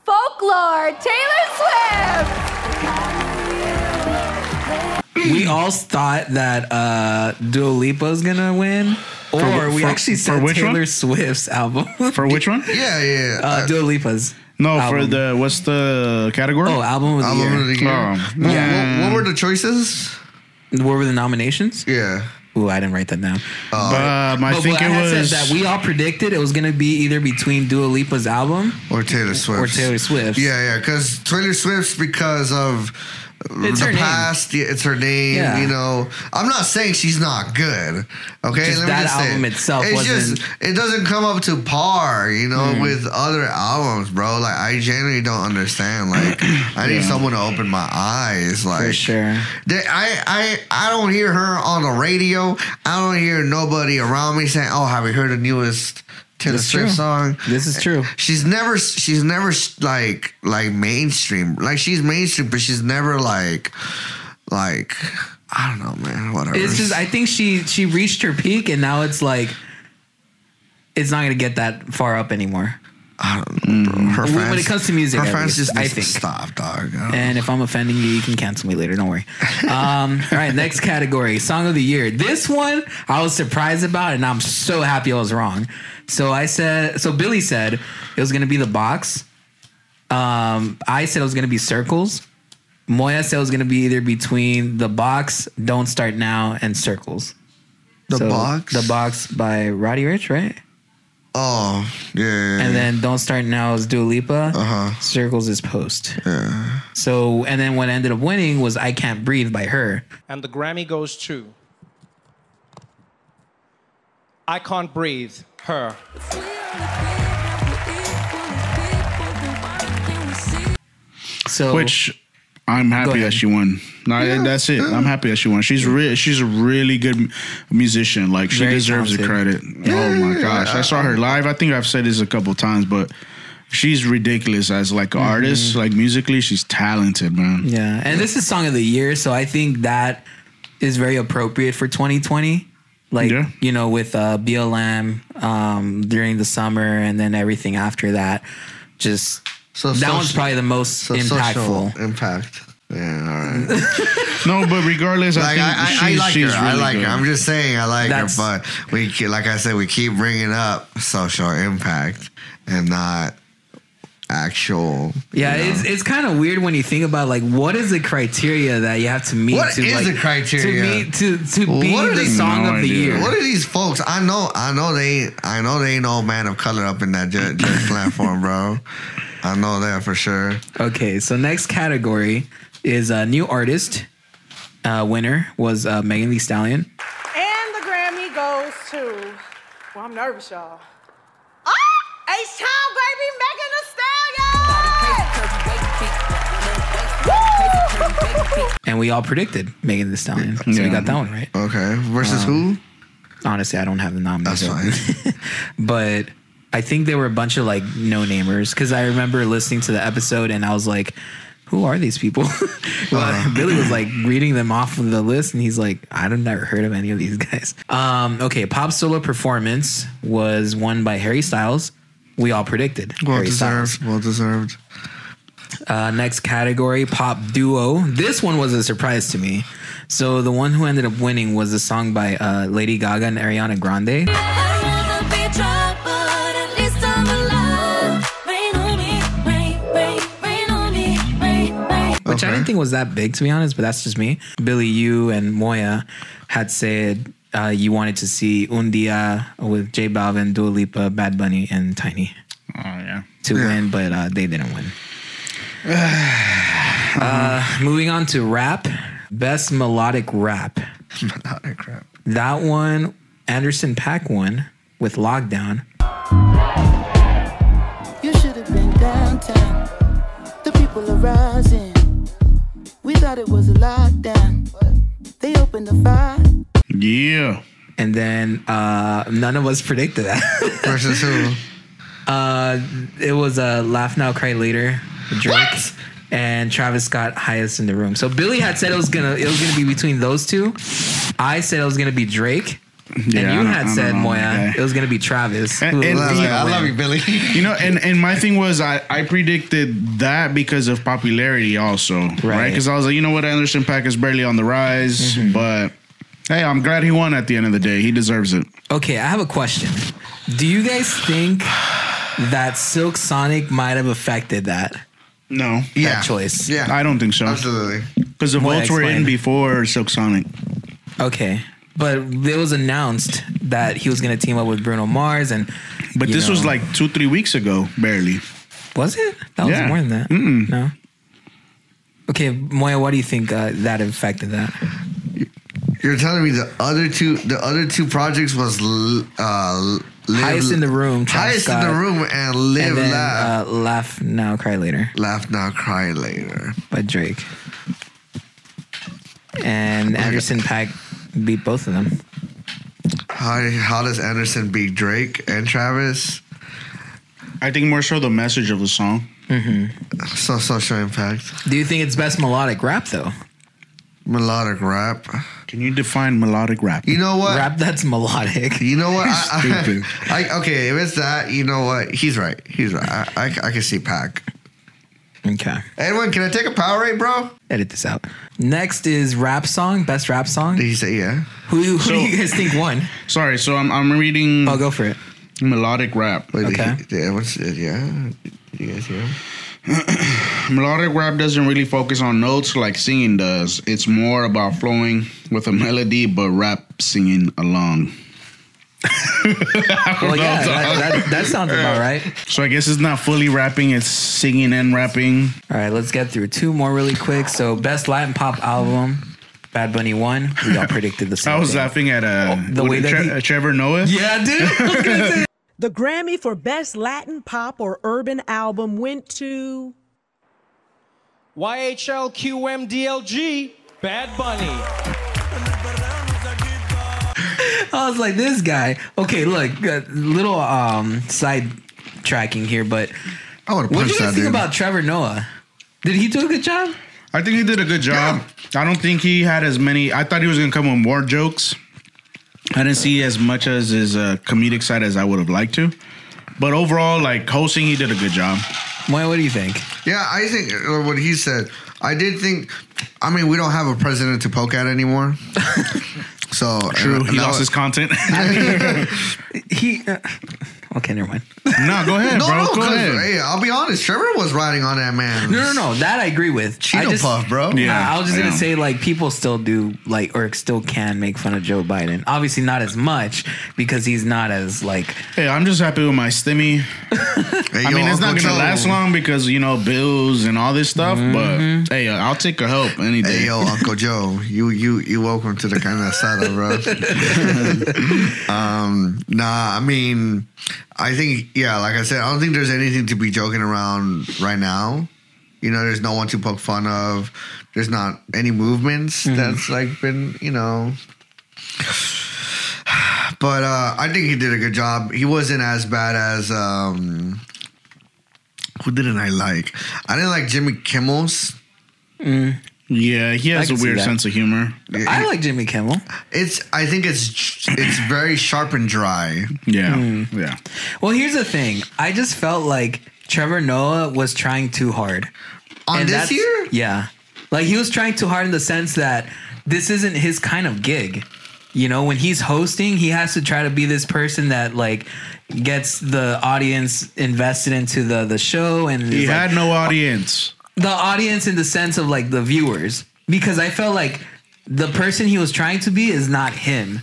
Speaker 7: Folklore Taylor Swift.
Speaker 2: We all thought that uh, Dua Lipa was gonna win, or
Speaker 5: wh-
Speaker 2: we
Speaker 5: for-
Speaker 2: actually
Speaker 5: for
Speaker 2: said
Speaker 5: which one?
Speaker 2: Taylor Swift's album. [LAUGHS]
Speaker 5: For which one?
Speaker 3: yeah, yeah.
Speaker 2: uh,
Speaker 3: Uh,
Speaker 2: Dua Lipa's.
Speaker 5: No, for
Speaker 2: album.
Speaker 5: the what's the category?
Speaker 2: Oh, album of the
Speaker 3: album
Speaker 2: year.
Speaker 3: of the year.
Speaker 5: Oh,
Speaker 3: What-
Speaker 5: yeah.
Speaker 3: What, what were the choices?
Speaker 2: What were the nominations?
Speaker 3: Yeah.
Speaker 2: Ooh, I didn't write that down.
Speaker 5: um, I
Speaker 2: but
Speaker 5: think
Speaker 2: what
Speaker 5: it
Speaker 2: I had
Speaker 5: was.
Speaker 2: said that we all predicted it was going to be either between Dua Lipa's album.
Speaker 3: Or Taylor Swift.
Speaker 2: Taylor Swift's.
Speaker 3: Yeah, yeah. Because Taylor Swift's because of
Speaker 2: It's
Speaker 3: the
Speaker 2: her name.
Speaker 3: past. yeah, It's her name.
Speaker 2: Yeah.
Speaker 3: You know, I'm not saying she's not good. Okay,
Speaker 2: Just that album itself
Speaker 3: It's
Speaker 2: wasn't- Hmm.
Speaker 3: just it doesn't come up to par. You know, with other albums, bro. Like I genuinely don't understand.
Speaker 2: [CLEARS THROAT]
Speaker 3: Like I need someone to open my eyes. Like
Speaker 2: For sure.
Speaker 3: that- I, I I don't hear her on the radio. I don't hear nobody around me saying, "Oh, have you heard the newest Taylor
Speaker 2: That's
Speaker 3: Swift
Speaker 2: true.
Speaker 3: song?"
Speaker 2: This is true.
Speaker 3: She's never she's never like like mainstream. Like she's mainstream, but she's never like like I don't know, man. Whatever.
Speaker 2: It's just I think she she reached her peak and now it's like it's not going to get that far up anymore.
Speaker 3: I don't
Speaker 5: Mm.
Speaker 3: know, bro. Her
Speaker 2: When-
Speaker 3: fans,
Speaker 2: when it comes to music,
Speaker 3: her
Speaker 2: at
Speaker 3: fans
Speaker 2: least,
Speaker 3: just need
Speaker 2: I
Speaker 3: to
Speaker 2: think.
Speaker 3: stop, dog. I don't-
Speaker 2: And if I'm offending you, you can cancel me later. Don't worry.
Speaker 3: [LAUGHS]
Speaker 2: Um, all right, next category, song of the year. This one I was surprised about, and I'm so happy I was wrong. So I said, so Billy said it was gonna be the box. Um, I said it was gonna be circles. Moya said it was gonna be either between the box, don't start now, and circles.
Speaker 3: the
Speaker 2: So,
Speaker 3: box.
Speaker 2: the box by Roddy Rich, right?
Speaker 3: Oh yeah. yeah,
Speaker 2: And
Speaker 3: yeah.
Speaker 2: then Don't Start Now is Dua Lipa.
Speaker 3: Uh-huh.
Speaker 2: Circles is Post. So, and then what ended up winning was I Can't Breathe by her.
Speaker 11: And the Grammy goes to I Can't Breathe, her.
Speaker 2: So,
Speaker 5: which I'm happy
Speaker 2: ahead.
Speaker 5: that she won. No, that's it. I'm happy that she won. She's re- she's a really good m- musician. Like she
Speaker 2: Very
Speaker 5: deserves
Speaker 2: talented.
Speaker 5: the credit. oh my gosh, I saw her live. I think I've said this a couple times, but she's ridiculous as like an
Speaker 3: Mm-hmm.
Speaker 5: artist. Like musically, she's talented, man.
Speaker 2: yeah. And this is Song of the Year. So I think that is very appropriate for 2020. Like,
Speaker 5: Yeah.
Speaker 2: you know, with uh, BLM um, during the summer and then everything after that. Just
Speaker 3: so
Speaker 2: that one's
Speaker 3: social-
Speaker 2: probably the most
Speaker 3: so
Speaker 2: impactful.
Speaker 3: social impact. Yeah, all
Speaker 2: [LAUGHS]
Speaker 3: right.
Speaker 5: No, but regardless, I
Speaker 3: Like
Speaker 5: think
Speaker 3: I, I, I
Speaker 5: she's,
Speaker 3: like her.
Speaker 5: she's
Speaker 3: I
Speaker 5: really
Speaker 3: like
Speaker 5: good.
Speaker 3: her. I'm just saying I like
Speaker 2: That's-
Speaker 3: her, but we ke- like I said we keep bringing up social impact and not actual.
Speaker 2: Yeah, it's it's kind of weird when you think about like what is the criteria that you have to meet.
Speaker 3: What
Speaker 2: to,
Speaker 3: is
Speaker 2: like,
Speaker 3: the criteria?
Speaker 2: to meet to to be
Speaker 3: What are
Speaker 2: the
Speaker 3: they-
Speaker 2: song
Speaker 5: No
Speaker 2: of the
Speaker 5: idea.
Speaker 2: year?
Speaker 3: What are these folks? I know, I know they, ain't- I know they ain't all man of color up in that
Speaker 2: [LAUGHS]
Speaker 3: judge, judge platform, bro. I know that for sure.
Speaker 2: Okay, so next category is a uh, new artist. Uh, winner was uh, Megan Thee Stallion.
Speaker 12: And the Grammy goes to. Well, I'm nervous, y'all.
Speaker 7: H Town Oh, baby Megan Thee Stallion.
Speaker 2: And we all predicted Megan Thee Stallion. So we
Speaker 5: Yeah.
Speaker 2: got that one right.
Speaker 3: Okay, versus
Speaker 2: Um,
Speaker 3: who?
Speaker 2: Honestly, I don't have the nominees.
Speaker 3: That's
Speaker 2: open. [LAUGHS] but I think there were a bunch of like no namers because I remember listening to the episode and I was like, "Who are these people?" [LAUGHS]
Speaker 3: Uh-huh.
Speaker 2: But Billy was like reading them off of the list and he's like, "I don't never heard of any of these guys." Um, okay, pop solo performance was won by Harry Styles. We all predicted
Speaker 3: Well
Speaker 2: Harry
Speaker 3: deserved.
Speaker 2: Styles.
Speaker 3: Well
Speaker 2: [LAUGHS]
Speaker 3: deserved.
Speaker 2: Uh, next category, pop duo. This one was a surprise to me. So the one who ended up winning was a song by uh, Lady Gaga and Ariana Grande.
Speaker 7: I'd rather be drunk, but at least I'm alive. Rain on me, rain, rain, rain on me, rain, rain.
Speaker 2: which I
Speaker 3: Okay.
Speaker 2: didn't think was that big to be honest, but that's just me. Billy, you and Moya had said uh, you wanted to see Un Dia with J Balvin, Dua Lipa, Bad Bunny, and Tiny.
Speaker 5: Oh yeah.
Speaker 2: to
Speaker 5: Yeah.
Speaker 2: win, but uh, they didn't win. [SIGHS] uh, moving on to rap, best melodic rap.
Speaker 3: melodic rap.
Speaker 2: Oh, That one, Anderson Pack won with Lockdown.
Speaker 13: You should have been downtown. The people are rising. We thought it was a lockdown. They opened the fire.
Speaker 2: Yeah. And then uh, none of us predicted that. [LAUGHS]
Speaker 3: Versus who?
Speaker 2: Uh, it was uh, Laugh Now, Cry Later, Drake. And Travis Scott highest in the room. So Billy had said it was gonna it was gonna be between those two. I said it was gonna be Drake,
Speaker 5: Yeah, I
Speaker 2: and you
Speaker 5: don't- I
Speaker 2: had
Speaker 5: don't
Speaker 2: said
Speaker 5: know,
Speaker 2: Moya
Speaker 5: okay.
Speaker 2: it was gonna be Travis. who
Speaker 5: and-
Speaker 2: was
Speaker 5: and-
Speaker 2: gonna
Speaker 5: I
Speaker 2: win.
Speaker 5: love you,
Speaker 3: Billy.
Speaker 2: [LAUGHS]
Speaker 5: You know, and, and my thing was I, I predicted that because of popularity also, right? Because I was like, you know what, Anderson Pack is barely on the rise, but hey, I'm glad he won at the end of the day. He deserves it.
Speaker 2: Okay, I have a question. Do you guys think that Silk Sonic might have affected that?
Speaker 5: No.
Speaker 2: Yeah. choice.
Speaker 3: Yeah.
Speaker 5: I don't think so.
Speaker 3: Absolutely.
Speaker 5: Because the
Speaker 2: Well,
Speaker 5: votes were
Speaker 2: explain.
Speaker 5: in before Silk Sonic.
Speaker 2: Okay. But it was announced that he was going to team up with Bruno Mars and
Speaker 5: But
Speaker 2: you
Speaker 5: this was
Speaker 2: know-
Speaker 5: like two, three weeks ago, barely.
Speaker 2: Was it? That was
Speaker 5: Yeah.
Speaker 2: more than that. No. Okay, Moya, what do you think uh, that affected that?
Speaker 3: You're telling me the other two, the other two projects was l- uh, live,
Speaker 2: Highest in the room, Travis
Speaker 3: highest in the
Speaker 2: Scott.
Speaker 3: room, and live
Speaker 2: and then,
Speaker 3: laugh,
Speaker 2: uh, laugh now, cry later
Speaker 3: laugh now, cry later.
Speaker 2: by Drake. And Anderson Pack beat both of them.
Speaker 3: How, how does Anderson beat Drake and Travis?
Speaker 5: I think more so the message of the song.
Speaker 3: Mm-hmm. So social impact.
Speaker 2: Do you think it's best melodic rap though?
Speaker 3: Melodic rap.
Speaker 5: Can you define melodic rap?
Speaker 3: You know what?
Speaker 2: Rap that's melodic.
Speaker 3: You know what? I,
Speaker 5: Stupid.
Speaker 3: [LAUGHS] I, I, okay, if it's that, you know what? He's right. He's right. I, I, I can see Pac.
Speaker 2: Okay.
Speaker 3: Edwin, can I take a Powerade, bro?
Speaker 2: Edit this out. Next is rap song, best rap song. Did
Speaker 3: he say yeah?
Speaker 2: Who, who do you guys think won?
Speaker 5: Sorry, so I'm, I'm reading. I'll
Speaker 2: go for
Speaker 3: [LAUGHS]
Speaker 2: it.
Speaker 5: Melodic rap.
Speaker 3: Wait, did he- did Edwin say- yeah. Did you guys hear him?
Speaker 5: melodic rap doesn't really focus on notes like singing does. It's more about flowing with a melody, but rap singing along.
Speaker 2: Well,
Speaker 3: [LAUGHS]
Speaker 2: yeah, that, that, that sounds about right.
Speaker 5: So I guess it's not fully rapping; it's singing and rapping.
Speaker 2: All right, let's get through two more really quick. So, best Latin pop album, Bad Bunny won. We all predicted the same.
Speaker 5: I was
Speaker 2: thing.
Speaker 5: laughing at uh,
Speaker 2: Oh, the
Speaker 5: what-
Speaker 2: way that
Speaker 5: Tre-
Speaker 2: he-
Speaker 5: uh, Trevor Noah.
Speaker 2: Yeah, dude. [LAUGHS]
Speaker 14: The Grammy for Best Latin Pop or Urban Album went to.
Speaker 15: YHLQMDLG, Bad Bunny.
Speaker 2: I was like, this guy. Okay, look, uh, little um side tracking here, but
Speaker 3: I
Speaker 2: what
Speaker 5: would've
Speaker 2: do you
Speaker 5: punched
Speaker 2: guys
Speaker 5: that
Speaker 2: think
Speaker 5: dude.
Speaker 2: about Trevor Noah? Did he do a good job?
Speaker 5: I think he did a good job. I don't think he had as many. I thought he was gonna come with more jokes. I didn't see as much as his uh, comedic side as I would have liked to. But overall, like hosting, he did a good job.
Speaker 2: Why? What do you think?
Speaker 3: Yeah, I think uh, what he said. I did think. I mean, we don't have a president to poke at
Speaker 2: [LAUGHS]
Speaker 3: anymore. so
Speaker 5: True,
Speaker 3: and-
Speaker 5: he
Speaker 3: and that
Speaker 5: lost
Speaker 3: was-
Speaker 5: his content. [LAUGHS]
Speaker 2: he. Uh, okay, never mind.
Speaker 5: no, go ahead,
Speaker 3: no,
Speaker 5: bro.
Speaker 3: no,
Speaker 5: go
Speaker 3: 'cause,
Speaker 5: ahead.
Speaker 3: Hey, I'll be honest. Trevor was riding on that man.
Speaker 2: No, no, no. That I agree with. I
Speaker 3: Cheeto puff, bro.
Speaker 2: Yeah,
Speaker 3: Yeah,
Speaker 2: I, was just
Speaker 3: yeah.
Speaker 2: gonna say like people still do like or still can make fun of Joe Biden. Obviously, not as much because he's not as like.
Speaker 5: Hey, I'm just happy with my stimmy. I mean, it's not gonna last long because you know bills and all this stuff. But hey, uh, I'll take a help any day.
Speaker 3: Mm-hmm. Hey, yo, Uncle Joe, you you you welcome to the kind of saddle,
Speaker 5: [LAUGHS]
Speaker 3: bro. um, nah, I mean, I think yeah, like I said, I don't think there's anything to be joking around right now. You know, there's no one to poke fun of. There's not any movements that's like been you know. But uh, I think he did a good job. He wasn't as bad as um, who didn't I like? I didn't like Jimmy Kimmel's.
Speaker 5: Yeah, he
Speaker 3: I
Speaker 5: has a
Speaker 3: can see
Speaker 5: weird
Speaker 3: that.
Speaker 5: sense of humor.
Speaker 3: [LAUGHS]
Speaker 2: I like Jimmy Kimmel.
Speaker 3: It's. I think it's. It's very sharp and dry.
Speaker 5: Yeah,
Speaker 3: Hmm.
Speaker 5: yeah.
Speaker 2: Well, here's the thing. I just felt like Trevor Noah was trying too hard.
Speaker 3: On this
Speaker 2: that's-
Speaker 3: year?
Speaker 2: Yeah. Like he was trying too hard in the sense that this isn't his kind of gig. You know, when he's hosting, he has to try to be this person that like gets the audience invested into the the show and
Speaker 5: He
Speaker 2: is, like,
Speaker 5: had no audience.
Speaker 2: the audience in the sense of like the viewers because I felt like the person he was trying to be is not him.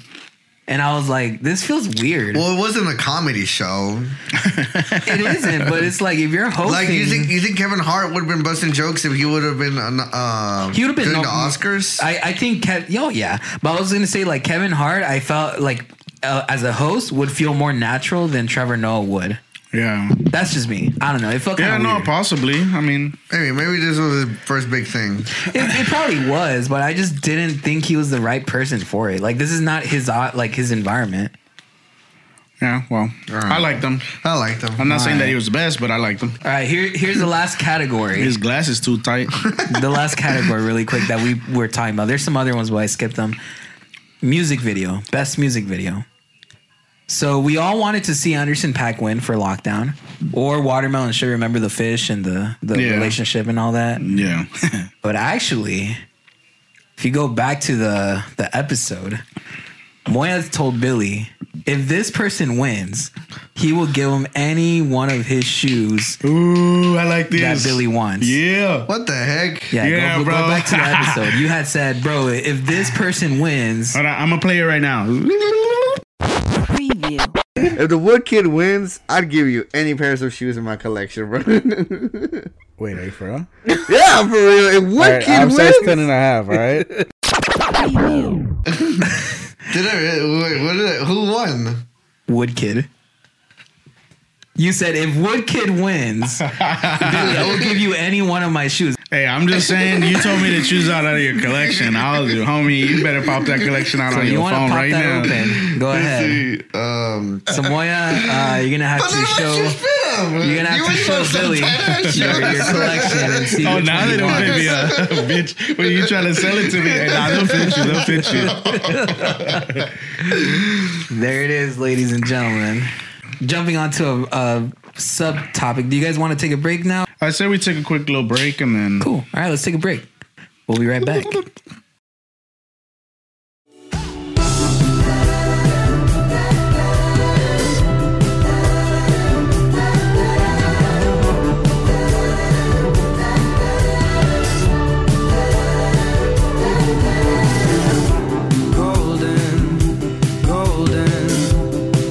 Speaker 2: And I was like, this feels weird.
Speaker 3: Well, it wasn't a comedy show.
Speaker 2: it isn't, but it's like if you're hosting,
Speaker 3: Like you think you think Kevin Hart would have been busting jokes if he would have been on, uh,
Speaker 2: he would have been
Speaker 3: doing the
Speaker 2: no-
Speaker 3: Oscars?
Speaker 2: I, I think Kev, yo, yeah. But I was gonna say like Kevin Hart. I felt like uh, as a host would feel more natural than Trevor Noah would.
Speaker 5: Yeah,
Speaker 2: that's just me. I don't know. It felt
Speaker 5: Yeah,
Speaker 2: kind of
Speaker 5: no, possibly. I mean,
Speaker 3: maybe maybe this was his first big thing.
Speaker 2: It, it probably was, but I just didn't think he was the right person for it. Like this is not his uh, like his environment.
Speaker 5: Yeah, well, I liked them.
Speaker 3: I liked them.
Speaker 5: I'm not saying that he was the best, but I liked them.
Speaker 2: All right, here here's the last category.
Speaker 5: His glass is too
Speaker 2: [LAUGHS]
Speaker 5: tight.
Speaker 2: the last category, really quick, that we were talking about. There's some other ones, but I skipped them. Music video, best music video. So we all wanted to see Anderson Pack win for Lockdown, or Watermelon Should Remember the Fish and the the
Speaker 5: Yeah.
Speaker 2: relationship and all that. [LAUGHS]
Speaker 5: Yeah.
Speaker 2: but actually, if you go back to the the episode, Moyaz told Billy, if this person wins, he will give him any one of his shoes.
Speaker 5: Ooh, I like
Speaker 2: That
Speaker 5: this.
Speaker 2: Billy wants.
Speaker 5: Yeah.
Speaker 3: What the heck?
Speaker 2: Yeah,
Speaker 5: Yeah,
Speaker 2: go, go- go
Speaker 5: bro.
Speaker 2: back to
Speaker 5: [LAUGHS]
Speaker 2: the episode. You had said, bro, if this person wins,
Speaker 5: Hold on, I'm gonna play it right now.
Speaker 3: If the wood kid wins, I'd give you any pairs of shoes in my collection, bro. [LAUGHS]
Speaker 10: Wait, are you for real?
Speaker 3: yeah, for real. If wood
Speaker 10: Alright,
Speaker 3: kid
Speaker 10: I'm
Speaker 3: wins,
Speaker 10: size ten and a half, right?
Speaker 3: did I, wait, what did I, who won?
Speaker 2: Wood Kid. You said if Wood Kid
Speaker 5: [LAUGHS]
Speaker 2: wins, Billy, I will give you any one of my shoes.
Speaker 5: [LAUGHS] Hey, I'm just saying, you told me to choose out of your collection. I was your homie. You better pop that collection out
Speaker 2: So
Speaker 5: on
Speaker 2: you
Speaker 5: your
Speaker 2: wanna
Speaker 5: phone
Speaker 2: pop
Speaker 5: right
Speaker 2: that
Speaker 5: now.
Speaker 2: open. Go
Speaker 5: Let's
Speaker 2: ahead.
Speaker 5: see.
Speaker 3: Um,
Speaker 2: Samoya, uh, you're gonna have to show. You're gonna have to show Billy [LAUGHS] your, your collection and see.
Speaker 5: [LAUGHS] oh,
Speaker 2: which
Speaker 5: now
Speaker 2: one
Speaker 5: they
Speaker 2: you
Speaker 5: don't
Speaker 2: want.
Speaker 5: fit
Speaker 2: [LAUGHS]
Speaker 5: me up, [LAUGHS] bitch. When you trying to sell it to me, hey, nah, they'll fit you, they'll fit you.
Speaker 2: [LAUGHS] There it is, ladies and gentlemen. Jumping onto a, a subtopic. Do you guys want to take a break now?
Speaker 5: I say we take a quick little break and then.
Speaker 2: Cool. All right, let's take a break. We'll be right back.
Speaker 16: Golden, golden,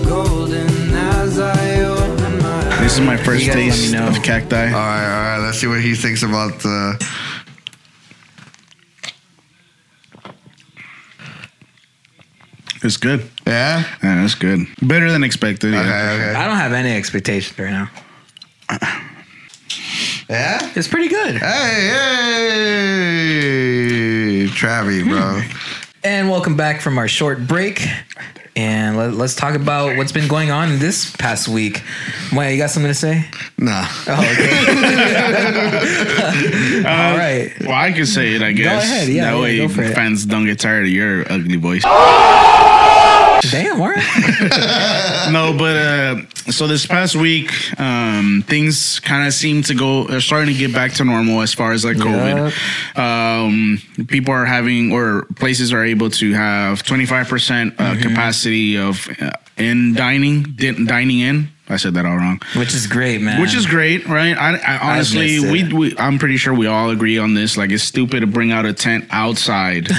Speaker 16: golden as I open my eyes.
Speaker 5: This is my first
Speaker 16: You gotta let me
Speaker 5: taste
Speaker 16: know.
Speaker 5: of cacti. All
Speaker 3: right, all right. Let's see what he thinks about uh, the.
Speaker 5: It's good.
Speaker 3: Yeah?
Speaker 5: Yeah, it's good. Better than expected.
Speaker 2: Uh-huh.
Speaker 5: yeah.
Speaker 2: I don't have any expectations right now.
Speaker 3: Yeah?
Speaker 2: It's pretty good.
Speaker 3: Hey, hey,
Speaker 2: [LAUGHS]
Speaker 3: Travi, bro.
Speaker 2: And welcome back from our short break. And let, us talk about what's been going on this past week. Maya, you got something to say?
Speaker 3: Nah.
Speaker 2: Oh, okay. All right.
Speaker 5: Well, I can say it, I
Speaker 2: Go
Speaker 5: guess.
Speaker 2: ahead, yeah,
Speaker 5: that
Speaker 2: yeah,
Speaker 5: way
Speaker 2: go for it.
Speaker 5: fans don't get tired of your ugly voice.
Speaker 2: Damn, all right.
Speaker 5: no, but uh, so this past week, um, things kind of seem to go are starting to get back to normal as far as like COVID. Um, people are having or places are able to have 25 percent uh,
Speaker 2: Mm-hmm.
Speaker 5: capacity of uh, in dining din- dining in. I said that all wrong.
Speaker 2: [LAUGHS] Which is great, man.
Speaker 5: Which is great, right? I, I honestly,
Speaker 2: missed
Speaker 5: we,
Speaker 2: it.
Speaker 5: we, I'm pretty sure we all agree on this. Like, it's stupid to bring out a tent
Speaker 2: [LAUGHS]
Speaker 5: outside,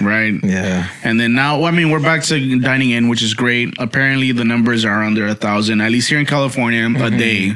Speaker 5: right?
Speaker 2: Yeah.
Speaker 5: And then now, well, I mean, we're back to dining in, which is great. Apparently, the numbers are under a thousand, at least here in California, a
Speaker 2: Mm-hmm.
Speaker 5: day.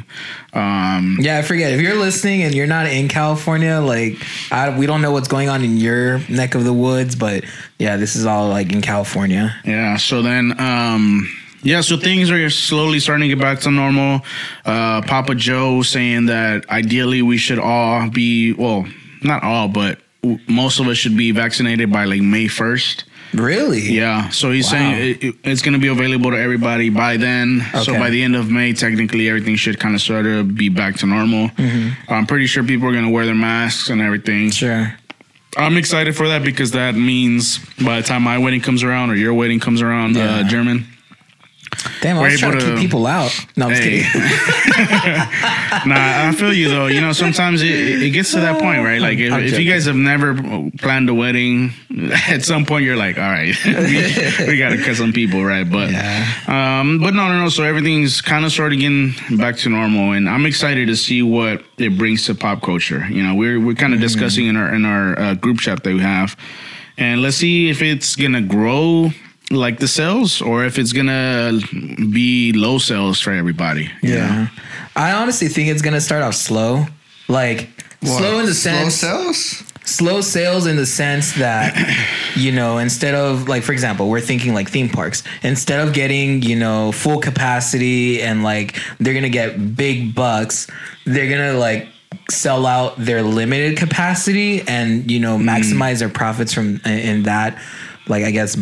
Speaker 5: Um,
Speaker 2: Yeah, I forget. If you're listening and you're not in California, like I, we don't know what's going on in your neck of the woods, but yeah, this is all like in California.
Speaker 5: Yeah. So then, um, yeah. So things are slowly starting to get back to normal. Uh, Papa Joe saying that ideally we should all be well, not all, but w- most of us should be vaccinated by like May first.
Speaker 2: Really?
Speaker 5: Yeah. So he's
Speaker 2: Wow.
Speaker 5: saying it, it- it's going to be available to everybody by then. So
Speaker 2: Okay.
Speaker 5: by the end of May, technically everything should kind of sort of be back to normal. I'm pretty sure people are going to wear their masks and
Speaker 2: Mm-hmm.
Speaker 5: everything.
Speaker 2: Sure.
Speaker 5: I'm excited for that because that means by the time my wedding comes around or your wedding comes around, uh, German.
Speaker 2: Damn, I
Speaker 5: We're
Speaker 2: was
Speaker 5: able
Speaker 2: trying to
Speaker 5: to-
Speaker 2: keep people out. No, I'm just
Speaker 5: Hey.
Speaker 2: kidding.
Speaker 5: [LAUGHS] nah, I feel you though. You know, sometimes it, it gets to that point, right? Like if,
Speaker 2: I'm
Speaker 5: if you
Speaker 2: joking.
Speaker 5: guys have never planned a wedding, [LAUGHS] at some point you're like, all right, [LAUGHS] we, we gotta cut some people, right? But, um, but no, no, no. So everything's kind of sort of getting back to normal, and I'm excited to see what it brings to pop culture. You know, we're we're kind of discussing in our in our uh, group chat that we have, and let's see if it's gonna grow like the sales or if it's gonna be low sales for everybody. you know?
Speaker 2: Yeah. I honestly think it's gonna start off slow. Like
Speaker 5: What?
Speaker 2: slow in the
Speaker 5: Slow
Speaker 2: sense
Speaker 3: sales?
Speaker 2: Slow sales in the sense that, you know, instead of like for example, we're thinking like theme parks. Instead of getting, you know, full capacity and like they're gonna get big bucks, they're gonna like sell out their limited capacity and you know maximize their profits from in- in that like i guess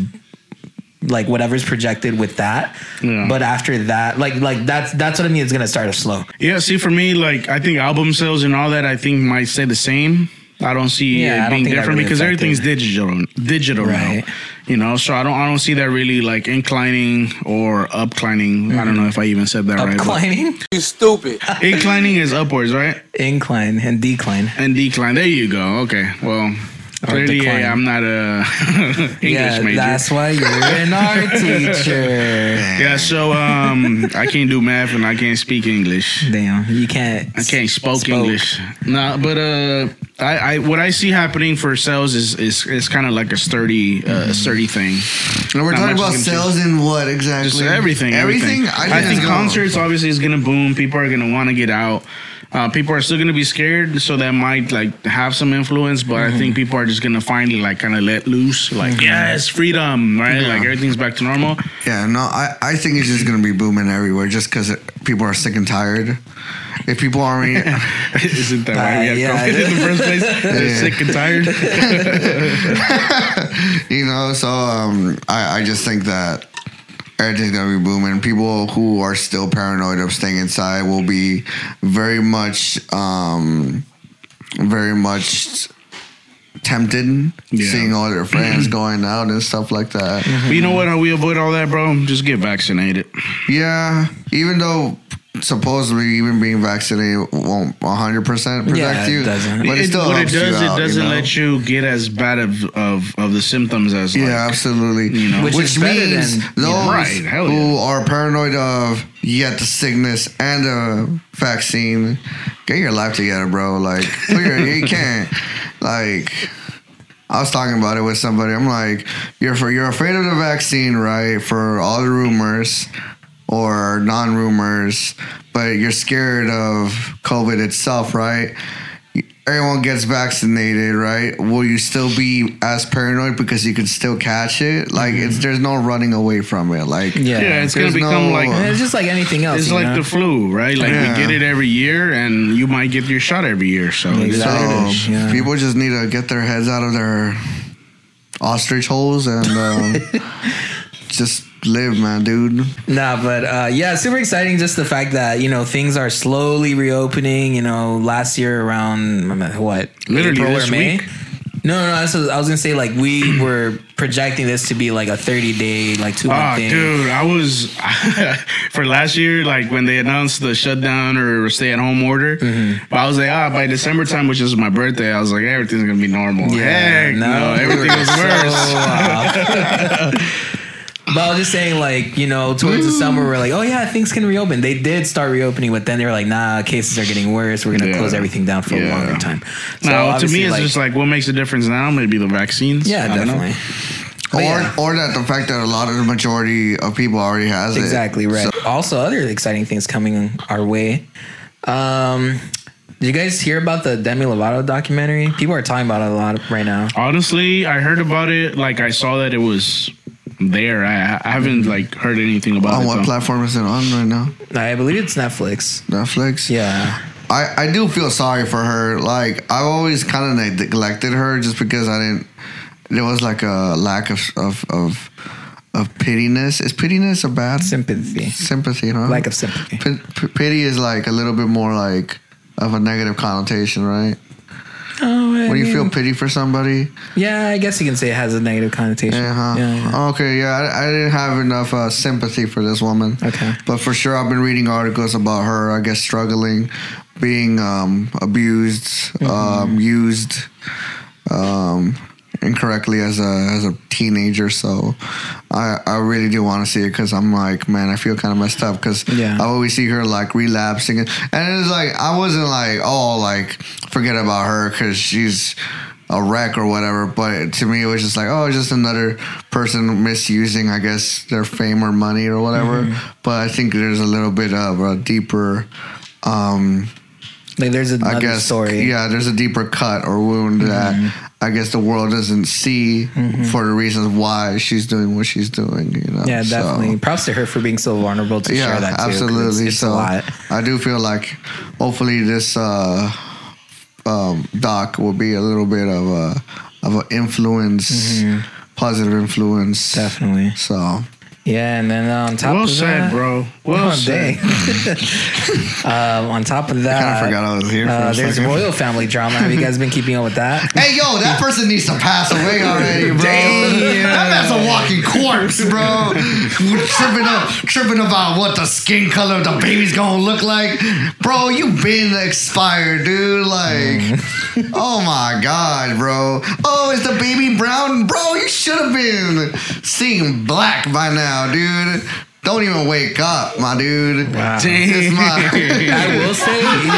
Speaker 2: like whatever's projected with that. But after that, like like that's that's what I mean. It's gonna start off slow.
Speaker 5: Yeah, see, for me, like I think album sales and all that, I think might stay the same. I don't see
Speaker 2: Yeah, I don't
Speaker 5: it being
Speaker 2: think that
Speaker 5: different
Speaker 2: really
Speaker 5: because
Speaker 2: affected.
Speaker 5: everything's digital, digital
Speaker 2: Right.
Speaker 5: now. You know, so I don't, I don't see that really like inclining or upclining. I
Speaker 2: Mm-hmm.
Speaker 5: don't know if I even said that right. but-
Speaker 2: Climbing.
Speaker 5: You stupid. [LAUGHS] Inclining is upwards, right?
Speaker 2: [LAUGHS] Incline and decline.
Speaker 5: And decline. There you go. Okay. Well, clearly
Speaker 2: decline.
Speaker 5: I'm not a [LAUGHS] English
Speaker 2: yeah,
Speaker 5: major.
Speaker 2: that's why you're
Speaker 5: [LAUGHS]
Speaker 2: an art teacher.
Speaker 5: Yeah, so um, I can't do math and I can't speak English.
Speaker 2: Damn, you can't.
Speaker 5: I can't spoke, English. Nah, but uh, I, I what I see happening for sales is is, is kind of like a sturdy uh, sturdy thing.
Speaker 3: And we're
Speaker 5: Not
Speaker 3: talking
Speaker 5: much
Speaker 3: about
Speaker 5: is gonna
Speaker 3: sales
Speaker 5: change.
Speaker 3: in what exactly?
Speaker 5: Just everything, everything.
Speaker 3: I think, it's gone.
Speaker 5: concerts obviously is gonna boom. People are gonna want to get out. Uh, people are still gonna be scared, so that might like have some influence. But I think people are just gonna finally like kind of let loose. Like yes, freedom, right? Like everything's back to normal. [LAUGHS]
Speaker 3: Yeah, no, I, I think it's just gonna be booming everywhere just because people are sick and tired. If people aren't,
Speaker 5: isn't that why we have COVID in the first place? [LAUGHS] They're sick and
Speaker 3: tired. [LAUGHS] you know, so um, I I just think that everything's gonna be booming. People who are still paranoid of staying inside will be very much, um, very much tempted seeing all their
Speaker 5: [CLEARS THROAT]
Speaker 3: friends going out and stuff like that.
Speaker 5: But you know what? How we avoid all that, bro? Just get vaccinated.
Speaker 3: Yeah, even though supposedly even being vaccinated won't 100 percent protect you, but it, still
Speaker 5: what
Speaker 3: helps
Speaker 5: it does,
Speaker 3: you out.
Speaker 5: it doesn't
Speaker 3: you know?
Speaker 5: let you get as bad of of, of the symptoms as
Speaker 3: Yeah,
Speaker 5: like,
Speaker 3: absolutely.
Speaker 5: You know,
Speaker 3: Which, means those
Speaker 5: right, hell
Speaker 3: who
Speaker 5: yeah.
Speaker 3: are paranoid of you got the sickness and the vaccine, get your life together, bro. Like, put your- you can't. [LAUGHS] Like, I was talking about it with somebody. I'm like, you're for, you're afraid of the vaccine, right? For all the rumors or non-rumors, but you're scared of COVID itself, right? everyone gets vaccinated, right? Will you still be as paranoid because you can still catch it? Like, it's there's no running away from it. Like,
Speaker 2: Mm-hmm. Yeah. Yeah, it's
Speaker 5: gonna
Speaker 3: there's
Speaker 5: become like-
Speaker 2: It's just like anything else.
Speaker 5: It's
Speaker 2: you
Speaker 5: like
Speaker 2: know?
Speaker 5: the flu, right? Like
Speaker 3: Yeah.
Speaker 5: we get it every year, and you might get your shot every year. So it is what it is.
Speaker 3: So people just need to get their heads out of their ostrich holes
Speaker 2: [LAUGHS]
Speaker 3: and um, just live, man, dude.
Speaker 2: Nah, but uh, yeah, super exciting. Just the fact that you know things are slowly reopening. You know, last year around um, what
Speaker 5: Literally this week.
Speaker 2: No, no, no. that's what I was gonna say like we were projecting this to be like a thirty day, like two month
Speaker 5: Ah,
Speaker 2: thing.
Speaker 5: dude, I was [LAUGHS] for last year, like when they announced the shutdown or stay at home order.
Speaker 2: Mm-hmm.
Speaker 5: But I was like, ah, by December time, which is my birthday, I was like, everything's gonna be normal.
Speaker 2: Yeah,
Speaker 5: Heck, no,
Speaker 2: no, we
Speaker 5: everything
Speaker 2: were [LAUGHS] so
Speaker 5: was worse.
Speaker 2: [LAUGHS] But I was just saying, like you know, towards the summer, we're like, oh yeah, things can reopen. They did start reopening, but then they were like, nah, cases are getting worse. We're gonna
Speaker 5: Yeah.
Speaker 2: close everything down for a
Speaker 5: Yeah.
Speaker 2: longer time.
Speaker 5: no, to
Speaker 2: obviously,
Speaker 5: me, it's
Speaker 2: like-
Speaker 5: just like what makes a difference now? Maybe the vaccines.
Speaker 2: Yeah,
Speaker 5: I don't know.
Speaker 2: definitely. Oh,
Speaker 3: Or, or that the fact that a lot of the majority of people already has
Speaker 2: Exactly
Speaker 3: it.
Speaker 2: right. also, other exciting things coming our way. Um, did you guys hear about the Demi Lovato documentary? People are talking about it a lot right now.
Speaker 5: Honestly, I heard about it. Like I saw that it was there. I, I haven't like heard anything about
Speaker 3: on
Speaker 5: it.
Speaker 3: what
Speaker 5: though.
Speaker 3: platform is it on right now?
Speaker 2: I believe it's Netflix.
Speaker 3: Netflix.
Speaker 2: Yeah.
Speaker 3: I, I do feel sorry for her. Like I've always kind of neglected her just because I didn't. There was like a lack of of of, of pityness. Is pityness a bad
Speaker 2: sympathy?
Speaker 3: Sympathy, you know. Lack
Speaker 2: of sympathy.
Speaker 3: pity is like a little bit more like of a negative connotation, right?
Speaker 2: Oh, I
Speaker 3: when you feel
Speaker 2: mean-
Speaker 3: pity for somebody.
Speaker 2: Yeah, I guess you can say it has a negative connotation.
Speaker 3: Uh-huh.
Speaker 2: Yeah,
Speaker 3: Okay, yeah, I, I didn't have enough uh, sympathy for this woman.
Speaker 2: Okay.
Speaker 3: But for sure, I've been reading articles about her, I guess, struggling, being um, abused,
Speaker 2: Mm-hmm.
Speaker 3: um, used um, incorrectly as a, as a teenager. So I, I really do want to see it because I'm like, man, I feel kind of messed up because I always see her like relapsing. And it's like, I wasn't like, oh, like, forget about her because she's a wreck or whatever. But to me, it was just like, oh, it's just another person misusing, I guess, their fame or money or whatever. But I think there's a little bit of a deeper. Um,
Speaker 2: like there's another story. Mm-hmm.
Speaker 3: Yeah, there's a deeper cut or wound that I guess the world doesn't see for the reasons why she's doing what she's doing. You know.
Speaker 2: yeah,
Speaker 3: So-
Speaker 2: definitely. Props to her for being so vulnerable to share that too. 'cause it's-
Speaker 3: Absolutely.
Speaker 2: it's a
Speaker 3: so
Speaker 2: lot.
Speaker 3: I do feel like hopefully this uh, um, doc will be a little bit of a of an influence, positive influence.
Speaker 2: Mm-hmm. Definitely.
Speaker 3: So
Speaker 2: Yeah, and then uh, on top
Speaker 3: Well
Speaker 2: of
Speaker 3: said,
Speaker 2: that,
Speaker 3: bro. Well
Speaker 2: [LAUGHS] Oh,
Speaker 3: said.
Speaker 2: dang. [LAUGHS] um, on top of that,
Speaker 3: kinda forgot I was here for
Speaker 2: Uh,
Speaker 3: a
Speaker 2: there's
Speaker 3: second.
Speaker 2: royal family drama. Have you guys been keeping up with
Speaker 3: [LAUGHS]
Speaker 2: that?
Speaker 3: Hey yo, that person needs to pass away already, bro. That man's a walking corpse, bro. tripping up, tripping about what the skin color of the baby's gonna look like, bro. You been expired, dude. Like, oh my god, bro. Oh, is the baby brown, bro? You should have been seeing black by now, dude. Don't even wake up, my dude.
Speaker 5: [LAUGHS]
Speaker 3: It's my-
Speaker 2: I will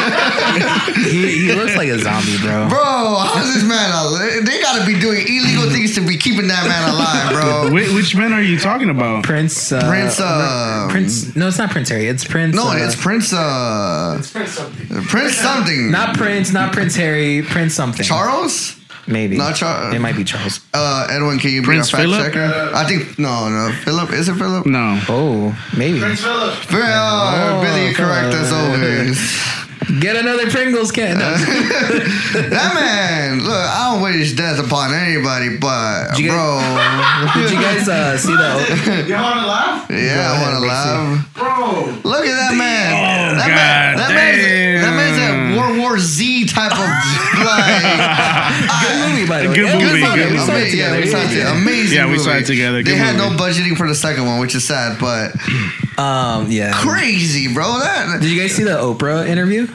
Speaker 2: say, he, he looks like a zombie, bro.
Speaker 3: Bro, how's this man alive? They gotta be doing illegal
Speaker 2: Mm.
Speaker 3: things to be keeping that man alive, bro.
Speaker 2: [LAUGHS]
Speaker 5: Which, which man are you talking about?
Speaker 2: Prince. Uh,
Speaker 3: Prince, uh,
Speaker 2: Prince. No, it's not Prince Harry. It's Prince.
Speaker 3: No,
Speaker 2: uh,
Speaker 3: it's Prince. Uh, it's Prince something. Prince uh, something.
Speaker 2: Not Prince. Not Prince Harry. Prince something.
Speaker 3: Charles.
Speaker 2: Maybe.
Speaker 3: Not Charles.
Speaker 2: It might be Charles.
Speaker 3: Uh, Edwin, can you
Speaker 2: Prince
Speaker 3: be a fact
Speaker 2: Philip?
Speaker 3: checker? I think no, no. Philip, is it Philip?
Speaker 5: No.
Speaker 2: Oh, maybe.
Speaker 3: Philip. Oh, Billy, you correct
Speaker 2: [LAUGHS]
Speaker 3: us always.
Speaker 2: Get another Pringles can.
Speaker 3: that man, look, I don't wish death upon anybody, but
Speaker 2: Did you
Speaker 3: bro,
Speaker 2: [LAUGHS] guys- [LAUGHS] Did you guys uh, see
Speaker 3: [LAUGHS]
Speaker 2: the?
Speaker 10: [LAUGHS] You want to laugh?
Speaker 3: Yeah, I want to laugh.
Speaker 10: Bro.
Speaker 3: Look at that man. that man, that man's, that man's a World War Z type
Speaker 5: [LAUGHS]
Speaker 3: of like.
Speaker 2: Good movie, by the way.
Speaker 5: Good
Speaker 2: Yeah,
Speaker 5: movie,
Speaker 2: fucking-
Speaker 5: good
Speaker 2: we saw it
Speaker 3: Ama-
Speaker 2: together.
Speaker 3: Yeah, we saw it together.
Speaker 2: Yeah.
Speaker 3: Amazing.
Speaker 5: Yeah, we saw
Speaker 3: movie.
Speaker 5: it together.
Speaker 3: They
Speaker 5: Good
Speaker 3: had no
Speaker 5: movie.
Speaker 3: budgeting for the second one, which is sad, but
Speaker 2: Um, yeah.
Speaker 3: crazy, bro. That
Speaker 2: Did you guys see the Oprah interview?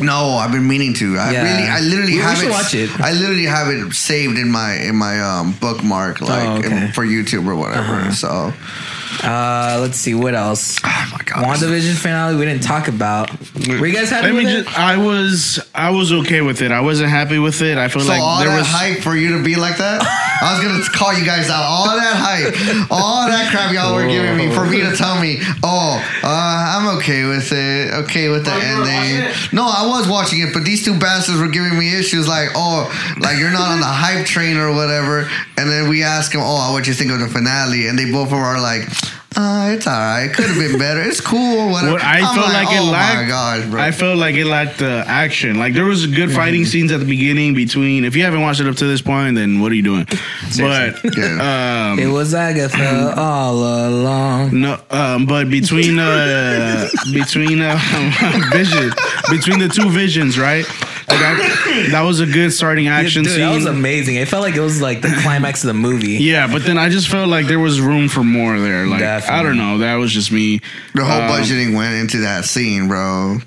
Speaker 3: no, I've been meaning to. I
Speaker 2: Yeah.
Speaker 3: really, I literally
Speaker 2: We- we
Speaker 3: have
Speaker 2: should
Speaker 3: it.
Speaker 2: watch it.
Speaker 3: I literally have it saved in my in my um, bookmark, like
Speaker 2: Oh, okay. Uh-huh.
Speaker 3: in- for YouTube or whatever. So
Speaker 2: Uh, let's see what else. Oh
Speaker 3: my
Speaker 2: god, WandaVision finale we didn't talk about. Were you guys happy
Speaker 5: Let
Speaker 2: with
Speaker 5: me
Speaker 2: it?
Speaker 5: just, I was I was okay with it. I wasn't happy with it. I feel
Speaker 3: So
Speaker 5: like
Speaker 3: all
Speaker 5: there
Speaker 3: that
Speaker 5: was
Speaker 3: hype for you to be like that? I was gonna call you guys out. All that hype, all that crap y'all were giving me for me to tell me, oh, uh, I'm okay with it, okay with
Speaker 5: Oh,
Speaker 3: the ending. No, I was watching it, but these two bastards were giving me issues like, oh, like you're not on the hype train or whatever. And then we ask them, oh, what you think of the finale? And they both are like. Uh, it's all right. Could have been better. It's cool. Whatever.
Speaker 5: What I
Speaker 3: I'm
Speaker 5: felt like, it
Speaker 3: oh
Speaker 5: lacked.
Speaker 3: my god, bro. Mm-hmm.
Speaker 5: I felt like it lacked the action. Like there was good fighting scenes at the beginning between. If you haven't watched it up to this point, then what are you doing? But um,
Speaker 2: It was
Speaker 3: Mm-hmm.
Speaker 2: Agatha all along.
Speaker 5: No, um, but between uh, between uh, [LAUGHS] vision, between the two visions, right? Like I, that was a good starting action
Speaker 2: Dude,
Speaker 5: scene.
Speaker 2: that was [LAUGHS] amazing. It felt like it was like the climax of the movie.
Speaker 5: Yeah, but then I just felt like there was room for more there. Like I don't know, that was just me.
Speaker 3: The whole
Speaker 5: Um,
Speaker 3: budgeting went into that scene, bro.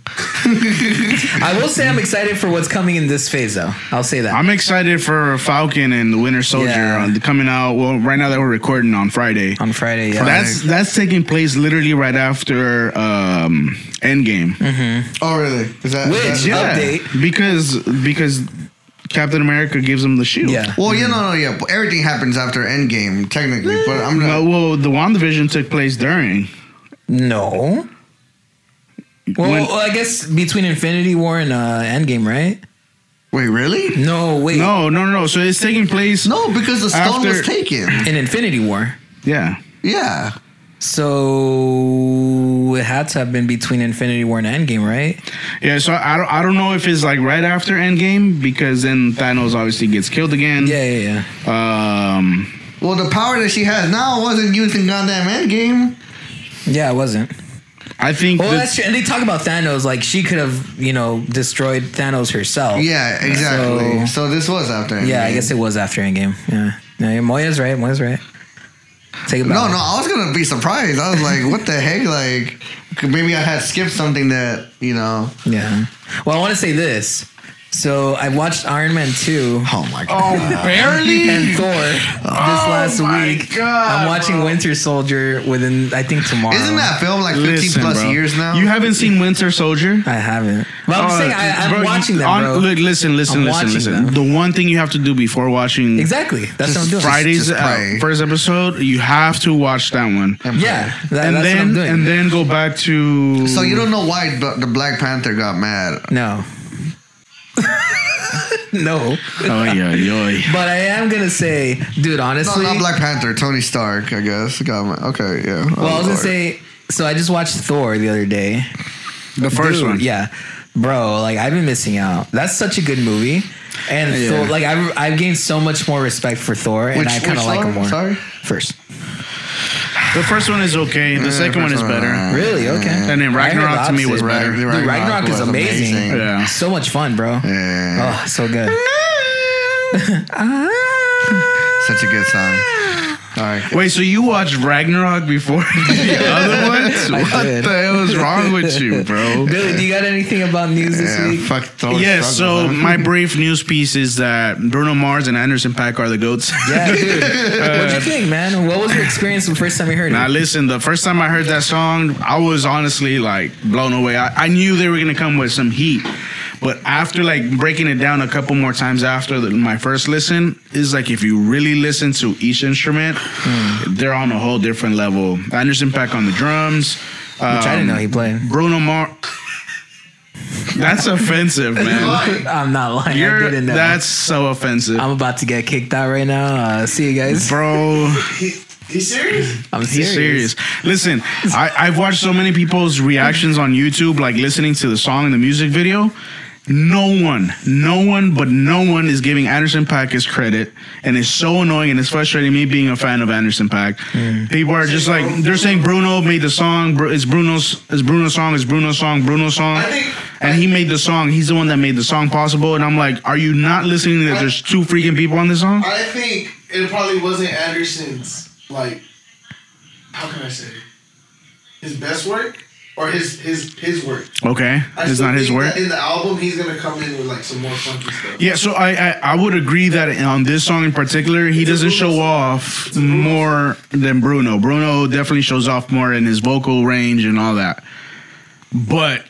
Speaker 2: I will say I'm excited for what's coming in this phase, though. I'll say that.
Speaker 5: I'm excited for Falcon and the Winter Soldier
Speaker 2: Yeah.
Speaker 5: on, coming out. Well, right now that we're recording on Friday.
Speaker 2: On Friday, yeah.
Speaker 5: That's that's taking place literally right after um, Endgame.
Speaker 3: Oh, really? Is that
Speaker 2: Which,
Speaker 3: is that-
Speaker 2: yeah. Update.
Speaker 5: because because Captain America gives him the shield.
Speaker 2: Yeah.
Speaker 3: Well, yeah, no, no, yeah. but Everything happens after Endgame, technically. But I'm not.
Speaker 5: Well, well, the WandaVision took place during.
Speaker 2: No. Well,
Speaker 5: When-
Speaker 2: well, I guess between Infinity War and uh, Endgame, right?
Speaker 3: Wait, really?
Speaker 2: No, wait.
Speaker 5: No, no, no. So it's taking place.
Speaker 3: No, because the stone was
Speaker 5: After-
Speaker 3: taken.
Speaker 2: In Infinity War.
Speaker 5: Yeah.
Speaker 3: Yeah.
Speaker 2: So it had to have been between Infinity War and Endgame, right?
Speaker 5: Yeah, so I don't, I don't know if it's like right after Endgame because then Thanos obviously gets killed again.
Speaker 2: Yeah, yeah,
Speaker 5: yeah. Um,
Speaker 3: Well, the power that she has now wasn't used in goddamn Endgame.
Speaker 2: Yeah, it wasn't.
Speaker 5: I think.
Speaker 2: Well,
Speaker 5: that-
Speaker 2: Oh, that's true. And they talk about Thanos like she could have, you know, destroyed Thanos herself.
Speaker 3: Yeah, exactly. So, this was after. Endgame.
Speaker 2: yeah, I guess it was after Endgame. Yeah. No, yeah, Moya's right. Moya's right. Take it
Speaker 3: No,
Speaker 2: back.
Speaker 3: no, I was gonna be surprised. I was like, "What the heck?" Like, maybe I had skipped something that you know.
Speaker 2: Yeah. Well, I want to say this. So I watched Iron Man 2.
Speaker 3: Oh my
Speaker 2: god.
Speaker 3: Oh, [LAUGHS]
Speaker 10: barely?
Speaker 2: And Thor this
Speaker 5: Oh
Speaker 2: last week. I'm watching Winter Soldier within I think tomorrow.
Speaker 3: Isn't that film like 15 plus years now?
Speaker 5: You haven't seen Winter Soldier?
Speaker 2: I haven't. Well,
Speaker 5: Oh,
Speaker 2: I'm saying I- I'm watching them, bro.
Speaker 5: Look, listen, listen,
Speaker 2: I'm
Speaker 5: listen,
Speaker 2: watching
Speaker 5: listen.
Speaker 2: them.
Speaker 5: The one thing you have to do before watching
Speaker 2: Exactly. That's what I'm doing.
Speaker 5: Friday's
Speaker 2: Just- just
Speaker 5: uh,
Speaker 2: pray.
Speaker 5: first episode, you have to watch that one.
Speaker 2: Yeah, that-
Speaker 5: and
Speaker 2: that's
Speaker 5: then
Speaker 2: what I'm doing.
Speaker 5: and then go back to.
Speaker 3: So you don't know why Bla- the Black Panther got mad.
Speaker 2: No. [LAUGHS] no.
Speaker 5: Oh [LAUGHS] yeah, yo.
Speaker 2: But I am gonna say, dude, honestly
Speaker 3: no, not Black Panther. Tony Stark, I guess. Got mad. Okay, yeah.
Speaker 2: Well, I was gonna say, so I just watched Thor the other day.
Speaker 5: The first one.
Speaker 2: yeah, bro. Like I've been missing out. That's such a good movie, and
Speaker 5: Yeah.
Speaker 2: Thor, like I've, I've gained so much more respect for Thor, and
Speaker 5: Which-
Speaker 2: I kind
Speaker 5: which
Speaker 2: of like
Speaker 5: Thor?
Speaker 2: him more.
Speaker 5: Sorry?
Speaker 2: first.
Speaker 5: The first one is okay. The
Speaker 2: Yeah,
Speaker 5: second one is
Speaker 2: first one,
Speaker 5: better.
Speaker 2: uh, Really? Okay.
Speaker 5: And then
Speaker 2: I heard the
Speaker 5: Mm-hmm. Ragnarok to me was
Speaker 2: opposite.
Speaker 5: better.
Speaker 2: Dude, Ragnarok, is amazing.
Speaker 5: Yeah.
Speaker 2: So much fun, bro.
Speaker 3: Yeah.
Speaker 2: Oh, so good.
Speaker 3: [LAUGHS] Such a good song. All right.
Speaker 5: Wait, so you watched Ragnarok
Speaker 2: [LAUGHS]
Speaker 5: before [LAUGHS] the other ones?
Speaker 2: I
Speaker 5: What
Speaker 2: did.
Speaker 5: the hell is wrong
Speaker 2: [LAUGHS]
Speaker 5: with you, bro?
Speaker 2: Billy, do you got anything about news this week?
Speaker 3: Fuck Thor.
Speaker 5: yeah,
Speaker 3: sucks,
Speaker 5: so
Speaker 3: man.
Speaker 5: my brief news piece is that Bruno Mars and Anderson Paak are the goats. [LAUGHS]
Speaker 2: Yeah, dude. What'd you think, man? What was your experience the first time you heard it?
Speaker 5: Now listen, the first time I heard that song, I was honestly like blown away. I, I knew they were gonna come with some heat, but after like breaking it down a couple more times after the, my first listen, is like if you really listen to each instrument,
Speaker 2: Hmm.
Speaker 5: they're on a whole different level. Anderson Pack on the drums, um,
Speaker 2: Which I didn't know he played.
Speaker 5: Bruno Mars. That's
Speaker 2: [LAUGHS]
Speaker 5: offensive, man.
Speaker 2: I'm not lying. I
Speaker 5: You're,
Speaker 2: didn't know.
Speaker 5: that's so offensive,
Speaker 2: I'm about to get kicked out right now. Uh, see you guys.
Speaker 5: bro.
Speaker 10: You serious?
Speaker 2: I'm
Speaker 5: He's
Speaker 2: serious.
Speaker 5: serious. Listen, I, I've watched so many people's reactions on YouTube, like listening to the song and the music video. No one, no one, but no one is giving Anderson Pack his credit, and it's so annoying and it's frustrating me being a fan of Anderson Pack. People are just like they're saying Bruno made the song. Bru- It's Bruno's. It's Bruno's song. It's Bruno's song. Bruno's song. And he made the song. He's the one that made the song possible. And I'm like, are you not listening? That there's two freaking people on this song.
Speaker 10: I think it probably wasn't Anderson's like how can I say it? his best work or his his his work.
Speaker 5: Okay,
Speaker 10: I
Speaker 5: it's
Speaker 10: still
Speaker 5: not his
Speaker 10: think
Speaker 5: work.
Speaker 10: that In the album, he's gonna come in with like some more funky stuff.
Speaker 5: Yeah, so I, I I would agree that on this song in particular, he doesn't show off more than Bruno. Bruno definitely shows off more in his vocal range and all that. But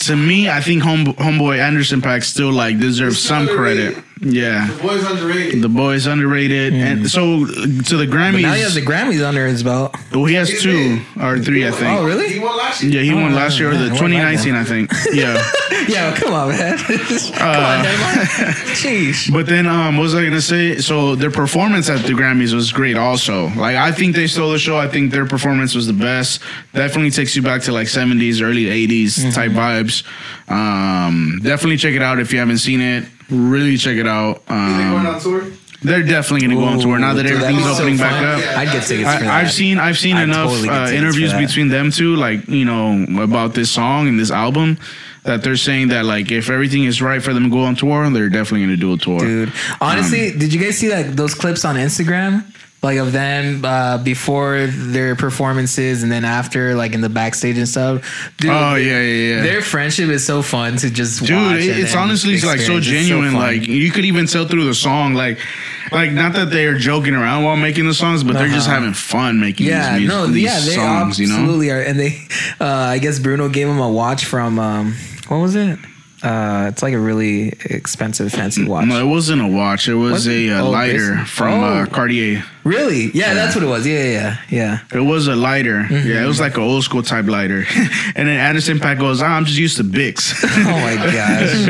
Speaker 5: to me, I think home, homeboy Anderson Pack still like deserves
Speaker 10: He's
Speaker 5: some credit. Yeah.
Speaker 10: The boy's underrated.
Speaker 5: The boy is underrated, and so to the Grammys.
Speaker 2: Mm. But now he has the Grammys under his belt.
Speaker 5: well, he has two or three, I think.
Speaker 2: Oh, really?
Speaker 10: He won last year.
Speaker 5: Yeah, he won
Speaker 2: Oh,
Speaker 5: last year, or
Speaker 2: man,
Speaker 5: the
Speaker 2: I won
Speaker 5: 2019, I
Speaker 2: that [LAUGHS]
Speaker 5: think. Yeah.
Speaker 2: Yeah, well, come on, man. [LAUGHS] come on,
Speaker 5: Uh,
Speaker 2: Neymar. Jeez.
Speaker 5: But then, um, what was I gonna say? So their performance at the Grammys was great, also. Like I think they stole the show. I think their performance was the best. Definitely takes you back to like '70s, early '80s
Speaker 2: Mm-hmm.
Speaker 5: type vibes. Um, definitely check it out if you haven't seen it. Really check it out.
Speaker 10: Is he going on
Speaker 5: Um,
Speaker 10: tour?
Speaker 5: they're definitely gonna go on tour now that
Speaker 2: Ooh, dude, that'd
Speaker 5: everything's
Speaker 2: be so
Speaker 5: opening
Speaker 2: fun.
Speaker 5: back up.
Speaker 2: I'd get tickets for that.
Speaker 5: I, I've seen I've seen
Speaker 2: I'd
Speaker 5: enough
Speaker 2: totally get
Speaker 5: uh,
Speaker 2: tickets
Speaker 5: interviews
Speaker 2: for that.
Speaker 5: between them two, like you know about this song and this album, that they're saying that like if everything is right for them to go on tour, they're definitely gonna do a tour.
Speaker 2: Dude, honestly,
Speaker 5: Um,
Speaker 2: did you guys see like those clips on Instagram? Like of them uh, before their performances and then after, like in the backstage and stuff. Dude,
Speaker 5: oh yeah, yeah, yeah.
Speaker 2: Their friendship is so fun to just watch.
Speaker 5: Dude, it,
Speaker 2: and-
Speaker 5: it's
Speaker 2: and
Speaker 5: honestly like so
Speaker 2: experience. It's
Speaker 5: genuine.
Speaker 2: fun.
Speaker 5: like you could even tell through the song, like, like not that they are joking around while making the songs, but they're just
Speaker 2: Uh-huh.
Speaker 5: having fun making
Speaker 2: yeah,
Speaker 5: these, music,
Speaker 2: no,
Speaker 5: these
Speaker 2: yeah, they
Speaker 5: songs. You know,
Speaker 2: absolutely are. And they, uh, I guess Bruno gave him a watch from um, what was it? Uh, it's like a really expensive, fancy watch.
Speaker 5: no, it wasn't a watch. It was,
Speaker 2: Was it?
Speaker 5: a, uh
Speaker 2: Oh,
Speaker 5: lighter
Speaker 2: this-
Speaker 5: from uh,
Speaker 2: oh.
Speaker 5: Cartier.
Speaker 2: Really? Yeah, that's what it was. Yeah, yeah, yeah. yeah.
Speaker 5: It was a lighter.
Speaker 2: Mm-hmm.
Speaker 5: Yeah, it was like an old school type lighter. [LAUGHS] and then Anderson Pack goes, "Ah, I'm just used to Bix. [LAUGHS]
Speaker 2: Oh my gosh.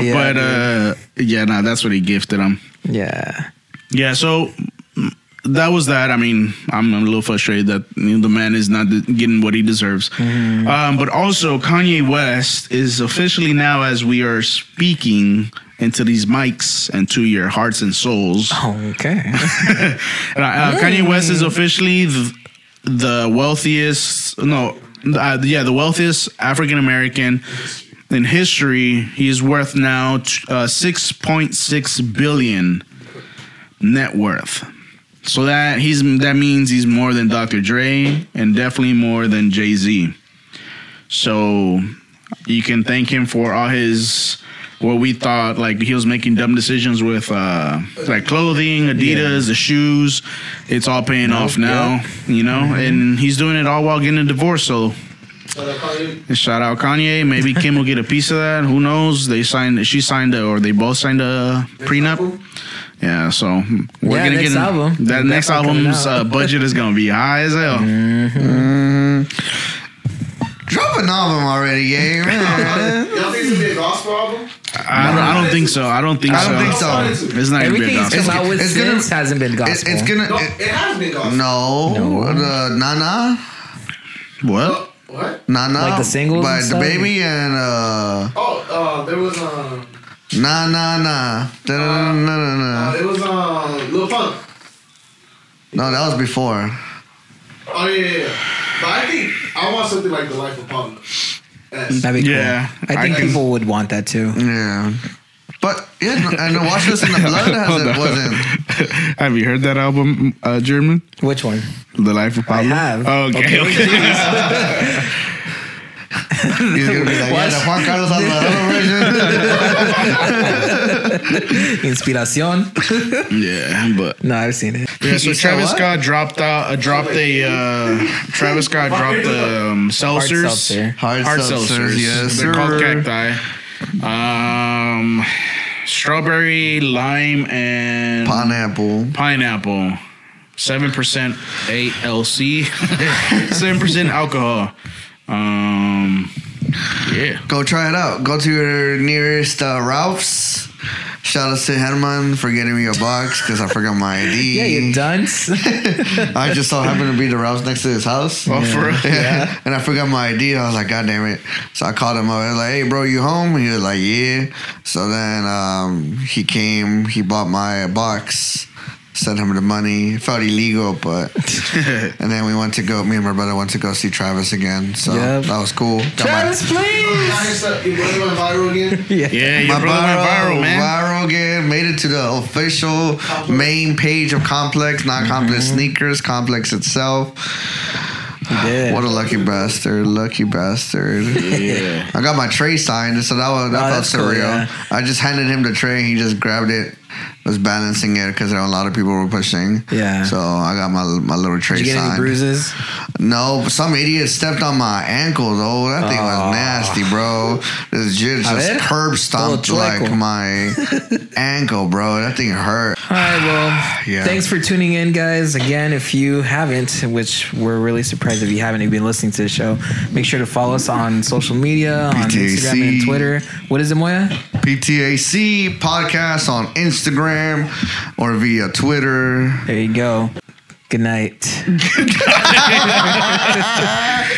Speaker 2: [LAUGHS] Yeah,
Speaker 5: but uh, yeah, nah, that's what he gifted him.
Speaker 2: yeah.
Speaker 5: Yeah, so mm, that was that. I mean, I'm, I'm a little frustrated that you know, the man is not de- getting what he deserves. Um, but also, Kanye West is officially now, as we are speaking, into these mics and to your hearts and souls. [LAUGHS]
Speaker 2: Okay.
Speaker 5: And, uh, Kanye West is officially the, the wealthiest. No, uh, yeah, the wealthiest African American in history. He is worth now t- uh, six point six billion net worth. So that he's that means he's more than Dr. Dre and definitely more than Jay Z. So you can thank him for all his what we thought like he was making dumb decisions with uh like clothing, Adidas, the shoes. It's all paying off now, you know,
Speaker 2: Mm-hmm.
Speaker 5: and he's doing it all while getting a divorce. So Shout out Kanye. Maybe Kim will get a piece of that. Who knows? They signed. She signed a, or they both signed a prenup. Yeah. So we're
Speaker 2: Yeah,
Speaker 5: gonna
Speaker 2: next
Speaker 5: get an-
Speaker 2: album.
Speaker 5: that
Speaker 2: Definitely
Speaker 5: next
Speaker 2: coming
Speaker 5: album's
Speaker 2: out.
Speaker 5: uh, budget is gonna be high as hell.
Speaker 3: Drop an album already, gang.
Speaker 2: [LAUGHS]
Speaker 10: Y'all think it's gonna be a gospel album?
Speaker 5: I, don't, I don't think so. I don't think
Speaker 3: I
Speaker 5: so.
Speaker 3: don't think so.
Speaker 5: It's not gonna be a
Speaker 2: Everything's
Speaker 5: gospel.
Speaker 2: come out with
Speaker 3: it's gonna-
Speaker 2: since hasn't been
Speaker 3: It's,
Speaker 2: gospel.
Speaker 3: it's gonna.
Speaker 10: No,
Speaker 3: it-
Speaker 10: it has been gospel.
Speaker 3: no, the Nana,
Speaker 5: What?
Speaker 10: What?
Speaker 3: Nana,
Speaker 2: Like the singles
Speaker 3: by
Speaker 2: and
Speaker 3: the
Speaker 2: stuff?
Speaker 3: baby and uh,
Speaker 10: Oh, uh, there was um,
Speaker 3: na na na, da, na na na
Speaker 10: uh,
Speaker 3: na.
Speaker 10: it was um, Lil Pump.
Speaker 3: No, that was before.
Speaker 10: Oh yeah, yeah, yeah. But I think I want something like the life of Pablo.
Speaker 5: [LAUGHS]
Speaker 10: Yes.
Speaker 2: That'd be cool.
Speaker 5: Yeah,
Speaker 2: I think
Speaker 5: I can- Mm.
Speaker 2: people would want that too.
Speaker 3: Yeah. But yeah, no- and the watch list in the
Speaker 2: [LAUGHS]
Speaker 3: blood has
Speaker 5: Hold
Speaker 3: it
Speaker 5: on.
Speaker 3: wasn't.
Speaker 5: [LAUGHS] Have you heard that album, uh, German?
Speaker 2: Which
Speaker 5: [LAUGHS]
Speaker 2: one?
Speaker 5: The Life of Pablo.
Speaker 2: have.
Speaker 3: [LAUGHS]
Speaker 5: Okay. okay.
Speaker 3: He's gonna be like, yeah, the Juan Carlos [LAUGHS] Alvarado version.
Speaker 2: Inspiración.
Speaker 5: [LAUGHS] yeah, but
Speaker 2: No, I've seen it.
Speaker 5: Yeah, so
Speaker 3: You said
Speaker 5: Travis
Speaker 3: what?
Speaker 5: Scott dropped out, uh, dropped a uh, Travis Scott dropped the um, seltzers,
Speaker 2: seltzer.
Speaker 3: Hard seltzers, yes,
Speaker 5: They're called
Speaker 3: sir.
Speaker 5: cacti. Um, strawberry, lime, and
Speaker 3: Pineapple.
Speaker 5: pineapple. Seven percent ALC, [LAUGHS] seven percent alcohol. Um, yeah,
Speaker 3: Go try it out. Go to your nearest uh, Ralph's. Shout out to Herman for getting me a box because I forgot my ID.
Speaker 2: Yeah, you dunce. [LAUGHS]
Speaker 3: I just so happened to be the Ralph's next to his house.
Speaker 5: Oh, for real?
Speaker 3: Yeah. [LAUGHS] and I forgot my ID. I was like, God damn it. So I called him up. I was like, hey, bro, you home? And he was like, yeah. So then um, he came, he bought my box, sent him the money. It felt illegal,
Speaker 5: [LAUGHS]
Speaker 3: but. and then we went to go, me and my brother went to go see Travis again. So
Speaker 2: Yep.
Speaker 3: that was cool. Got my-
Speaker 2: Travis,
Speaker 10: I
Speaker 2: please.
Speaker 10: just uh, it went viral again.
Speaker 5: yeah, your
Speaker 3: my
Speaker 5: brother went viral, man.
Speaker 3: viral again. Made it to the official main page of Complex, not Complex
Speaker 5: Mm-hmm.
Speaker 3: sneakers, Complex itself.
Speaker 2: He did.
Speaker 3: What a lucky bastard! Lucky bastard!
Speaker 5: Yeah.
Speaker 3: I got my tray signed, so that was that
Speaker 2: Oh,
Speaker 3: felt
Speaker 2: that's cool,
Speaker 3: surreal.
Speaker 2: yeah.
Speaker 3: I just handed him the tray, and he just grabbed it. Was balancing it because a lot of people were pushing.
Speaker 2: Yeah.
Speaker 3: So I got my my little tray
Speaker 2: Did you get any
Speaker 3: signed.
Speaker 2: bruises?
Speaker 3: No, but some idiot stepped on my ankle though. That thing
Speaker 2: Aw.
Speaker 3: was nasty, bro. This dude
Speaker 2: A ver.
Speaker 3: just curb stomped
Speaker 2: Todo
Speaker 3: like
Speaker 2: chueco.
Speaker 3: my
Speaker 2: [LAUGHS]
Speaker 3: ankle, bro. That thing hurt.
Speaker 2: All right, well,
Speaker 3: Yeah.
Speaker 2: thanks for tuning in, guys. Again, if you haven't, which we're really surprised if you haven't, you've been listening to the show. Make sure to follow us on social media, on Instagram and
Speaker 3: BTAC.
Speaker 2: Twitter. What is it, Moya?
Speaker 3: PTAC podcast on Instagram or via Twitter.
Speaker 2: There you go. Good night.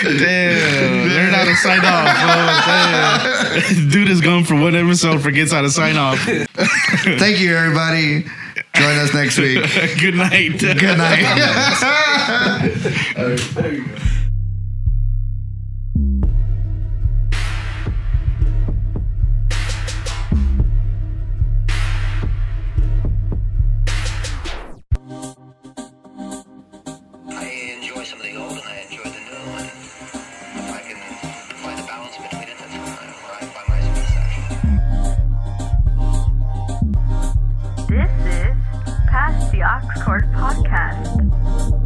Speaker 5: Damn, learn how to sign
Speaker 3: [LAUGHS]
Speaker 5: off. bro. Damn. Dude is gone for one episode, forgets how to sign off. [LAUGHS]
Speaker 3: Thank you, everybody. Join us next week.
Speaker 5: [LAUGHS] Good night.
Speaker 3: Good night.
Speaker 1: I enjoy something old and I enjoy the new one. If I can find a balance between it, that's when I where I find my satisfaction.
Speaker 17: This is Past the Oxcord Podcast.